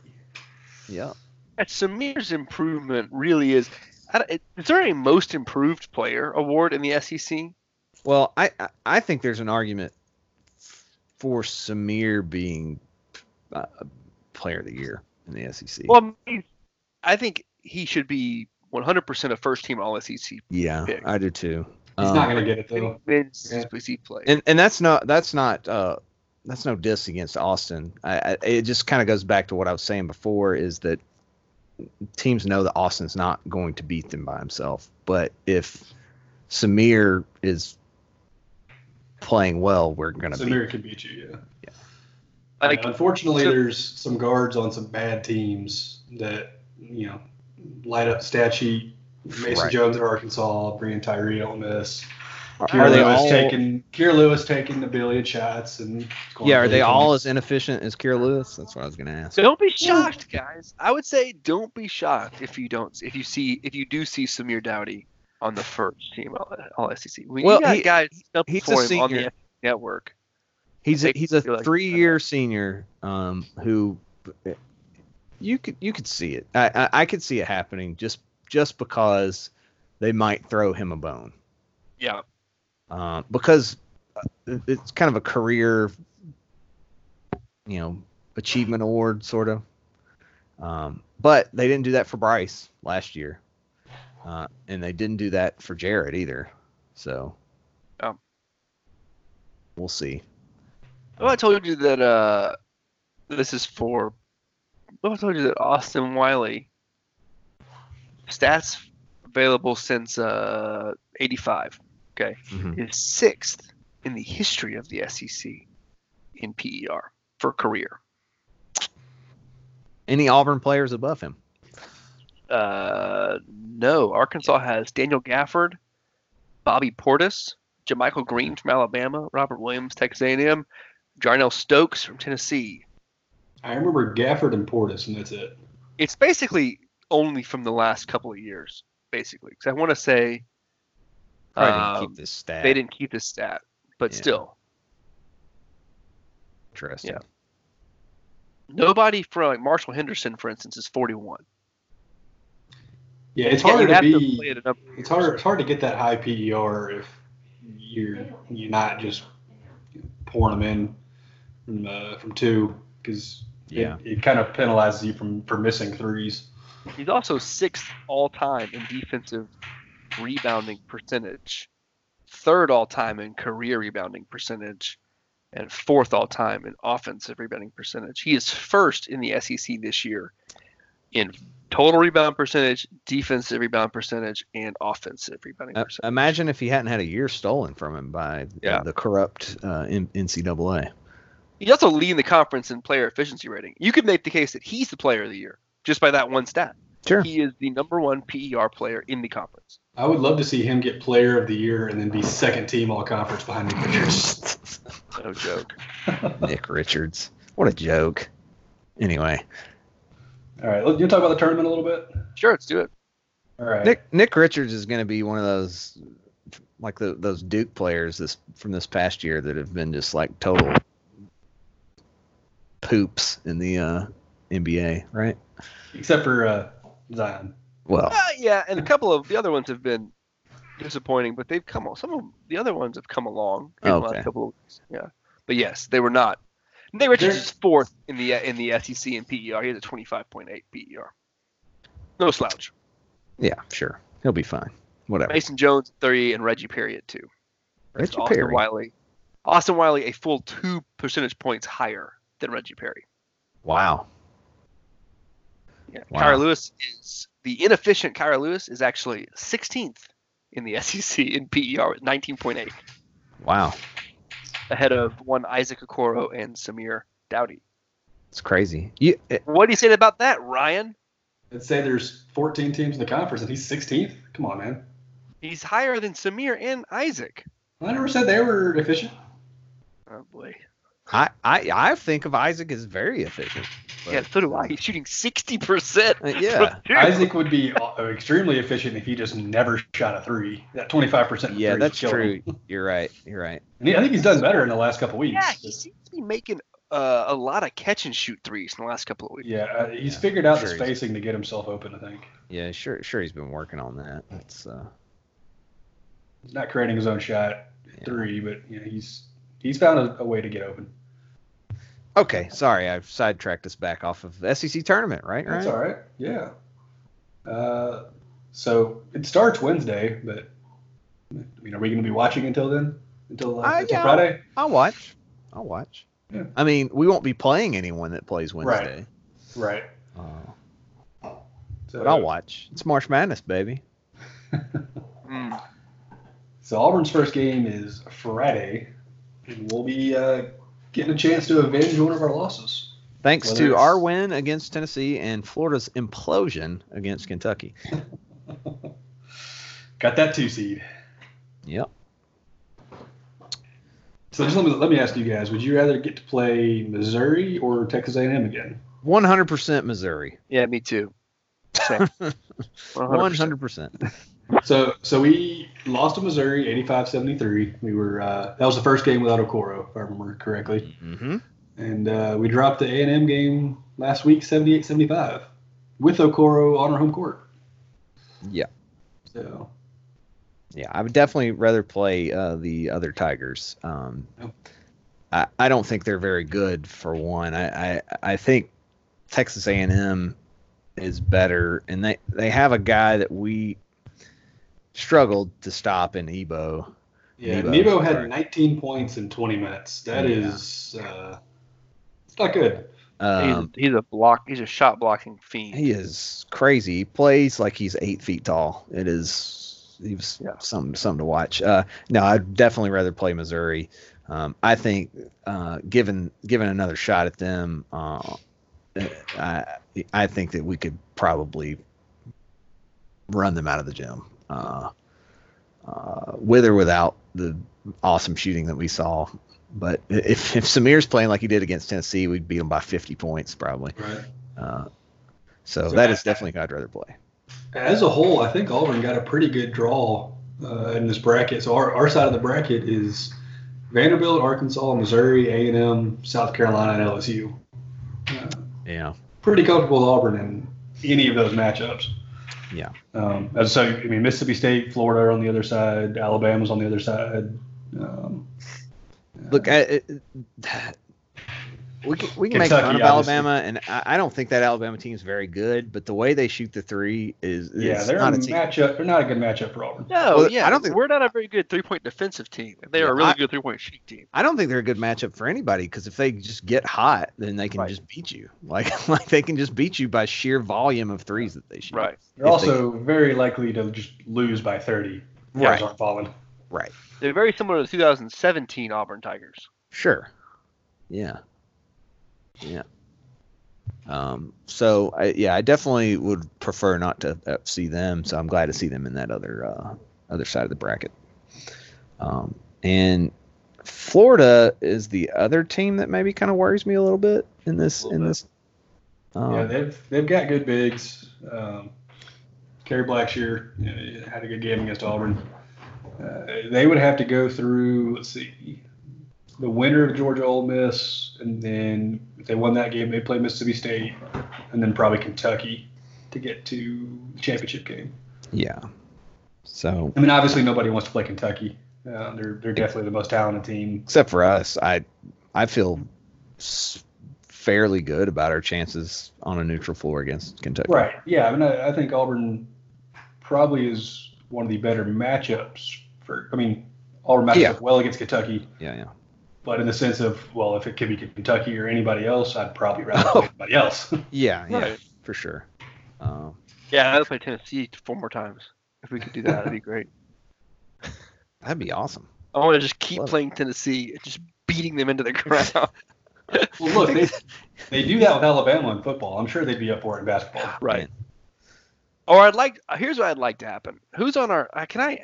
Speaker 9: yeah,
Speaker 7: Samir's improvement really is. I don't- Is there a most improved player award in the E SEC?
Speaker 9: well, I I- I think there's an argument for Samir being uh, player of the year in the E SEC.
Speaker 7: Well, I mean, I think he should be 100% a first team All E SEC
Speaker 9: yeah,
Speaker 7: pick.
Speaker 9: I do too.
Speaker 8: He's
Speaker 9: Um,
Speaker 8: not going to get it,
Speaker 7: He
Speaker 8: though.
Speaker 7: wins
Speaker 8: Yeah.
Speaker 7: SEC play.
Speaker 9: and and that's not that's not uh that's no diss against Austin. I, I it just kind of goes back to what I was saying before is that teams know that Austin's not going to beat them by himself, but if Samir is playing well, we're going to beat.
Speaker 8: Samir can beat you, yeah.
Speaker 7: Like,
Speaker 8: Yeah, unfortunately,
Speaker 7: so-
Speaker 8: there's some guards on some bad teams that, you know, light up stat sheet. Mason
Speaker 9: Right.
Speaker 8: Jones at Arkansas, Brian Tyree on this.
Speaker 9: Are,
Speaker 8: Kier
Speaker 9: are they
Speaker 8: Lewis,
Speaker 9: all?
Speaker 8: taking, Kier Lewis taking a billion shots. and
Speaker 9: yeah, are they all as inefficient as Kier Lewis? That's what I was going to ask.
Speaker 7: don't be shocked, guys. I would say don't be shocked if you don't if you see if you do see Samir Dowdy on the first team All, all SEC. When
Speaker 9: Well,
Speaker 7: you got
Speaker 9: he-
Speaker 7: guys
Speaker 9: he's
Speaker 7: he's for
Speaker 9: a
Speaker 7: him on the
Speaker 9: senior.
Speaker 7: SEC network.
Speaker 9: He's a,
Speaker 7: Like,
Speaker 9: he's a
Speaker 7: you're like,
Speaker 9: three-year senior um, who you could you could see it. I, I I could see it happening just just because they might throw him a bone
Speaker 7: Yeah.
Speaker 9: uh, because it- it's kind of a career you know achievement award sort of. Um, but they didn't do that for Bryce last year, uh, and they didn't do that for Jared either. So
Speaker 7: Oh.
Speaker 9: we'll see.
Speaker 7: Well, I told you that uh this is for well, I told you that Austin Wiley stats available since uh 85, okay,
Speaker 9: Mhm.
Speaker 7: is sixth in the history of the SEC in PER for career.
Speaker 9: Any Auburn players above him?
Speaker 7: Uh, no, Arkansas has Daniel Gafford, Bobby Portis, Jamichael Green from Alabama, Robert Williams, Texas A&M, Jarnell Stokes from Tennessee.
Speaker 8: I remember Gafford and Portis, and that's it.
Speaker 7: It's basically only from the last couple of years, basically, because I want to say
Speaker 9: Probably didn't
Speaker 7: um,
Speaker 9: keep this stat.
Speaker 7: they didn't keep this stat, but
Speaker 9: Yeah.
Speaker 7: still,
Speaker 9: Interesting.
Speaker 7: Yeah. nobody from like Marshall Henderson, for instance, is 41.
Speaker 8: Yeah, it's
Speaker 7: Yeah,
Speaker 8: harder
Speaker 7: you'd have
Speaker 8: to
Speaker 7: to
Speaker 8: be.
Speaker 7: play it up.
Speaker 8: it's hard. It's hard to get that high PER if you're you're not just pouring them in from, uh, from two because
Speaker 9: Yeah.
Speaker 8: it, it kind of penalizes you from for missing threes.
Speaker 7: He's also sixth all time in defensive rebounding percentage, third all time in career rebounding percentage, and fourth all time in offensive rebounding percentage. He is first in the SEC this year in total rebound percentage, defensive rebound percentage, and offensive rebounding
Speaker 9: Uh,
Speaker 7: percentage.
Speaker 9: imagine if he hadn't had a year stolen from him by uh,
Speaker 7: Yeah.
Speaker 9: the corrupt uh, N- NCAA.
Speaker 7: He's also leading the conference in player efficiency rating. You could make the case that he's the player of the year just by that one stat.
Speaker 9: Sure.
Speaker 7: He is the number one PER player in the conference.
Speaker 8: I would love to see him get Player of the Year and then be second team All Conference behind Nick Richards.
Speaker 7: No joke.
Speaker 9: Nick Richards. What a joke. Anyway,
Speaker 8: All right, let- you talk about the tournament a little bit.
Speaker 7: Sure, let's do it.
Speaker 8: All right.
Speaker 9: Nick Nick Richards is going to be one of those like the, those Duke players this from this past year that have been just like total poops in the uh, NBA, right?
Speaker 8: Except for uh, Zion.
Speaker 9: Well,
Speaker 7: Uh, yeah, and a couple of the other ones have been disappointing, but they've come. al- Some of the other ones have come along. In The
Speaker 9: Okay.
Speaker 7: last couple of weeks. Yeah, but yes, they were not. Nick Richards
Speaker 8: They're-
Speaker 7: is fourth in the in the SEC in PER. He has a 25.8 PER. E No slouch.
Speaker 9: yeah, sure, he'll be fine. Whatever.
Speaker 7: Mason Jones three and Reggie Perry at two. That's
Speaker 9: Richard
Speaker 7: Austin
Speaker 9: Perry.
Speaker 7: Wiley. Austin Wiley a full two percentage points higher than Reggie Perry.
Speaker 9: Wow.
Speaker 7: Yeah.
Speaker 9: Wow.
Speaker 7: Kyra Lewis is the inefficient Kyra Lewis is actually 16th in the SEC in PER with 19.8.
Speaker 9: Wow.
Speaker 7: ahead of one Isaac Okoro and Samir Dowdy.
Speaker 9: It's crazy. You, eh, it-
Speaker 7: What do you say about that, Ryan?
Speaker 8: Let's say there's 14 teams in the conference and he's 16th. Come on, man.
Speaker 7: He's higher than Samir and Isaac.
Speaker 8: I never said they were efficient.
Speaker 7: Oh boy.
Speaker 9: I, I I think of Isaac as very efficient. but-
Speaker 7: yeah, so do I. He's shooting sixty percent.
Speaker 9: Uh, yeah.
Speaker 8: Isaac would be uh, extremely efficient if he just never shot a three. That 25%
Speaker 9: Yeah,
Speaker 8: threes
Speaker 9: that's
Speaker 8: killed him.
Speaker 9: true. You're right. You're right.
Speaker 8: And he- I think he's done better in the last couple weeks.
Speaker 7: Yeah, he seems to be making uh, a lot of catch and shoot threes in the last couple of weeks.
Speaker 8: Yeah, uh, he's figured out
Speaker 9: Sure
Speaker 8: the
Speaker 9: he's-
Speaker 8: spacing to get himself open, I think.
Speaker 9: Yeah, sure. Sure, he's been working on that. That's uh,
Speaker 8: He's not creating his own shot at
Speaker 9: Yeah.
Speaker 8: three, but you know, he's he's found a, a way to get open.
Speaker 9: okay. Sorry, I've sidetracked us back off of the SEC tournament, right? Right.
Speaker 8: That's all right. Yeah. Uh, so it starts Wednesday, but I mean, are we going to be watching until then? Until, uh,
Speaker 9: Uh,
Speaker 8: until
Speaker 9: yeah.
Speaker 8: Friday?
Speaker 9: I'll watch. I'll watch.
Speaker 8: Yeah.
Speaker 9: I mean, we won't be playing anyone that plays
Speaker 8: Right.
Speaker 9: Wednesday.
Speaker 8: Right.
Speaker 9: Uh,
Speaker 8: So,
Speaker 9: but I'll watch. It's March Madness, baby.
Speaker 7: Hmm.
Speaker 8: So Auburn's first game is Friday, and we'll be uh, getting a chance to avenge one of our losses.
Speaker 9: Thanks
Speaker 8: Well,
Speaker 9: to
Speaker 8: there's-
Speaker 9: our win against Tennessee and Florida's implosion against Kentucky.
Speaker 8: Got that two seed.
Speaker 9: Yep.
Speaker 8: So just let me let me ask you guys: Would you rather get to play Missouri or Texas A&M again?
Speaker 9: 100% Missouri.
Speaker 7: Yeah, me too. Same. 100%.
Speaker 9: 100%.
Speaker 8: So so we lost to Missouri 85-73. We were uh, that was the first game without Okoro, if I remember correctly,
Speaker 9: hmm
Speaker 8: and uh, we dropped the A&M game last week 78-75 with Okoro on our home court.
Speaker 9: Yeah.
Speaker 8: So
Speaker 9: Yeah, I would definitely rather play uh, the other Tigers. Um,
Speaker 8: Oh.
Speaker 9: I, I don't think they're very good for one. I, I, I think Texas A&M is better, and they, they have a guy that we struggled to stop in Ebo.
Speaker 8: yeah,
Speaker 9: Nebo.
Speaker 8: Nebo had
Speaker 9: Sorry.
Speaker 8: 19 points in 20 minutes. That
Speaker 9: Yeah.
Speaker 8: is uh, it's not good.
Speaker 9: Um,
Speaker 7: he's, he's a block. He's a shot blocking fiend.
Speaker 9: he is crazy. He plays like he's eight feet tall. It is he was
Speaker 7: Yeah.
Speaker 9: something something to watch. Uh, no, I'd definitely rather play Missouri. Um, I think uh, given given another shot at them, uh, I I think that we could probably run them out of the gym. Uh, uh, with or without the awesome shooting that we saw. But if, if Samir's playing like he did against Tennessee, we'd beat him by 50 points probably.
Speaker 8: Right.
Speaker 9: Uh, so
Speaker 8: So
Speaker 9: that
Speaker 8: I-
Speaker 9: is definitely who I'd rather play.
Speaker 8: As a whole, I think Auburn got a pretty good draw uh, in this bracket. So our, our side of the bracket is Vanderbilt, Arkansas, Missouri, A and M, South Carolina, and LSU. Uh,
Speaker 9: Yeah.
Speaker 8: pretty comfortable with Auburn in any of those matchups.
Speaker 9: Yeah.
Speaker 8: Um, and so, I mean, Mississippi State, Florida are on the other side, Alabama's on the other side. Um,
Speaker 9: Look, I, it, we can, we can make
Speaker 8: Kentucky,
Speaker 9: fun of
Speaker 8: obviously.
Speaker 9: Alabama, and I, I don't think that Alabama team's very good, but the way they shoot the three is, is
Speaker 8: yeah, they're
Speaker 9: not
Speaker 8: not
Speaker 9: a
Speaker 8: a
Speaker 9: team.
Speaker 8: matchup. They're not a good matchup for Auburn.
Speaker 7: No,
Speaker 9: Well,
Speaker 7: yeah,
Speaker 9: I don't think-
Speaker 7: we're not a very good three-point defensive team. They are
Speaker 9: Yeah,
Speaker 7: a really
Speaker 9: I-
Speaker 7: good three-point shooting team.
Speaker 9: I don't think they're a good matchup for anybody because if they just get hot, then they can
Speaker 7: Right.
Speaker 9: just beat you. Like, like they can just beat you by sheer volume of threes that they shoot.
Speaker 7: Right.
Speaker 8: They're
Speaker 9: If
Speaker 8: also very likely to just lose by 30. if guys
Speaker 9: Right.
Speaker 8: aren't falling.
Speaker 9: Right.
Speaker 7: They're very similar to the 2017 Auburn Tigers.
Speaker 9: Sure. Yeah. Yeah. Um. So I yeah I definitely would prefer not to uh, see them. So I'm glad to see them in that other uh, other side of the bracket. Um. And Florida is the other team that maybe kind of worries me a little bit in this in this. Um,
Speaker 8: yeah, they've they've got good bigs. Um, Kerry Blackshear you know, had a good game against Auburn. Uh, they would have to go through. Let's see, the winner of Georgia Ole Miss, and then if they won that game, they play Mississippi State, and then probably Kentucky to get to the championship game.
Speaker 9: yeah. So
Speaker 8: I mean, obviously nobody wants to play Kentucky. Uh, they're they're definitely the most talented team.
Speaker 9: except for us, I I feel s- fairly good about our chances on a neutral floor against Kentucky.
Speaker 8: Right. Yeah. I mean, I, I think Auburn probably is one of the better matchups for. I mean, Auburn matches
Speaker 9: Yeah.
Speaker 8: up well against Kentucky,
Speaker 9: Yeah. Yeah.
Speaker 8: but in the sense of, well, if it could be Kentucky or anybody else, I'd probably rather
Speaker 9: Oh.
Speaker 8: play anybody else.
Speaker 9: Yeah, yeah,
Speaker 7: Right.
Speaker 9: for sure. Um,
Speaker 7: Yeah, I'd play Tennessee four more times. If we could do that, that'd be great.
Speaker 9: that'd be awesome.
Speaker 7: I want to just keep
Speaker 9: Love it.
Speaker 7: playing Tennessee, and just beating them into the ground.
Speaker 8: well, look, they, they do that with Alabama in football. I'm sure they'd be up for it in basketball.
Speaker 7: Right. Or I'd like. Here's what I'd like to happen. Who's on our? I- Can I?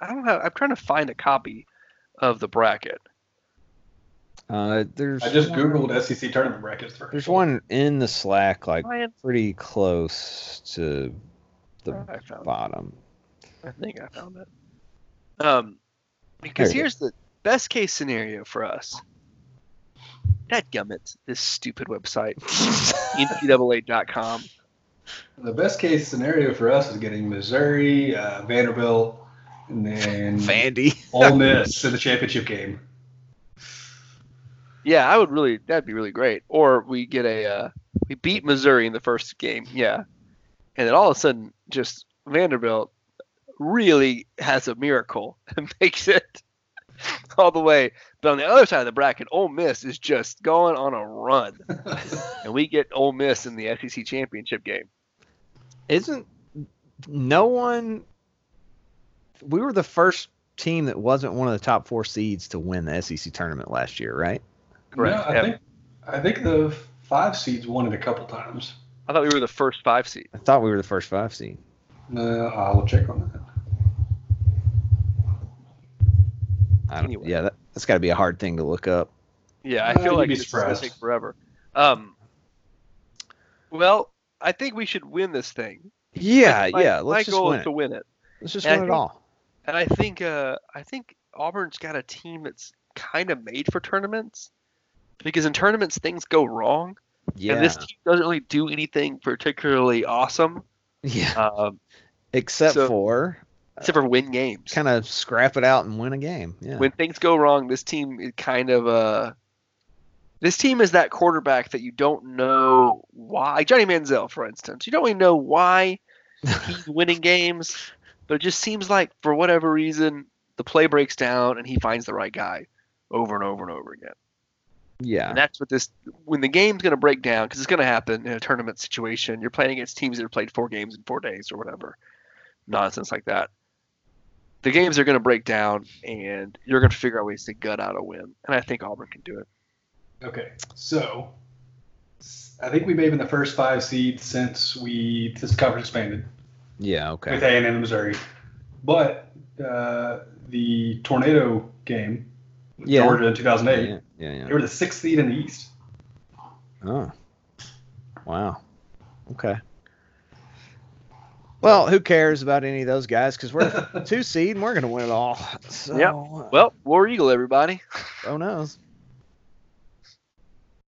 Speaker 7: I don't have. I'm trying to find a copy of the bracket.
Speaker 9: Uh, there's
Speaker 8: I just
Speaker 9: one-
Speaker 8: googled SEC tournament brackets for.
Speaker 9: There's one in the Slack, like
Speaker 7: Ryan,
Speaker 9: pretty close to the
Speaker 7: I found. It.
Speaker 9: bottom.
Speaker 7: I think I found it. Um, because
Speaker 9: There you go.
Speaker 7: here's the best case scenario for us. That gummit, this stupid website, ncaa.com.
Speaker 8: The best case scenario for us is getting Missouri, uh, Vanderbilt, and then
Speaker 9: Vandy.
Speaker 8: Ole Miss to the championship game.
Speaker 7: Yeah, I would really. That'd be really great. Or we get a. Uh, we beat Missouri in the first game. Yeah, and then all of a sudden, just Vanderbilt really has a miracle and makes it all the way. But on the other side of the bracket, Ole Miss is just going on a run, and we get Ole Miss in the SEC championship game.
Speaker 9: Isn't no one? We were the first team that wasn't one of the top four seeds to win the SEC tournament last year, right?
Speaker 7: Correct,
Speaker 8: No, I
Speaker 7: yeah.
Speaker 8: think I think the five seeds won it a couple times.
Speaker 7: I thought we were the first five seed.
Speaker 9: I thought we were the first five seed.
Speaker 8: Uh, I'll check on that.
Speaker 9: I don't,
Speaker 7: Anyway.
Speaker 9: Yeah, that, that's got to be a hard thing to look up.
Speaker 7: Yeah, I
Speaker 8: Uh,
Speaker 7: feel
Speaker 8: you'd
Speaker 7: like
Speaker 8: be
Speaker 7: this is gonna
Speaker 8: surprised.
Speaker 7: take forever. Um, well, I think we should win this thing.
Speaker 9: Yeah,
Speaker 7: My-
Speaker 9: yeah.
Speaker 7: my
Speaker 9: Let's just
Speaker 7: goal
Speaker 9: win
Speaker 7: is
Speaker 9: it.
Speaker 7: to win it.
Speaker 9: Let's just
Speaker 7: and I
Speaker 9: win it
Speaker 7: think-
Speaker 9: all.
Speaker 7: And I think uh, I think Auburn's got a team that's kind of made for tournaments because in tournaments things go wrong,
Speaker 9: Yeah.
Speaker 7: and this team doesn't really do anything particularly awesome
Speaker 9: yeah.
Speaker 7: um,
Speaker 9: Except
Speaker 7: so-
Speaker 9: for
Speaker 7: except for win games.
Speaker 9: kind of scrap it out and win a game. Yeah.
Speaker 7: When things go wrong, this team is kind of uh, this team is that quarterback that you don't know why. Johnny Manziel, for instance, you don't really know why he's winning games, but it just seems like for whatever reason the play breaks down and he finds the right guy over and over and over again.
Speaker 9: yeah.
Speaker 7: And that's what this when the game's going to break down because it's going to happen in a tournament situation. You're playing against teams that have played four games in four days or whatever nonsense like that. The games are going to break down, and you're going to figure out ways to gut out a win. And I think Auburn can do it.
Speaker 8: Okay, so s- I think we may have been the first five seeds since we this conference expanded
Speaker 9: yeah.
Speaker 8: with
Speaker 9: Okay.
Speaker 8: A and M Missouri, but uh, the tornado game, with
Speaker 9: Yeah.
Speaker 8: Georgia in
Speaker 9: Yeah.
Speaker 8: 2008,
Speaker 9: Yeah. Yeah.
Speaker 8: they were the sixth seed in the East.
Speaker 9: Oh. Wow. Okay. Well, who cares about any of those guys? Because we're the two seed and we're going to win it all. So,
Speaker 7: Well, War Eagle, everybody.
Speaker 9: who knows?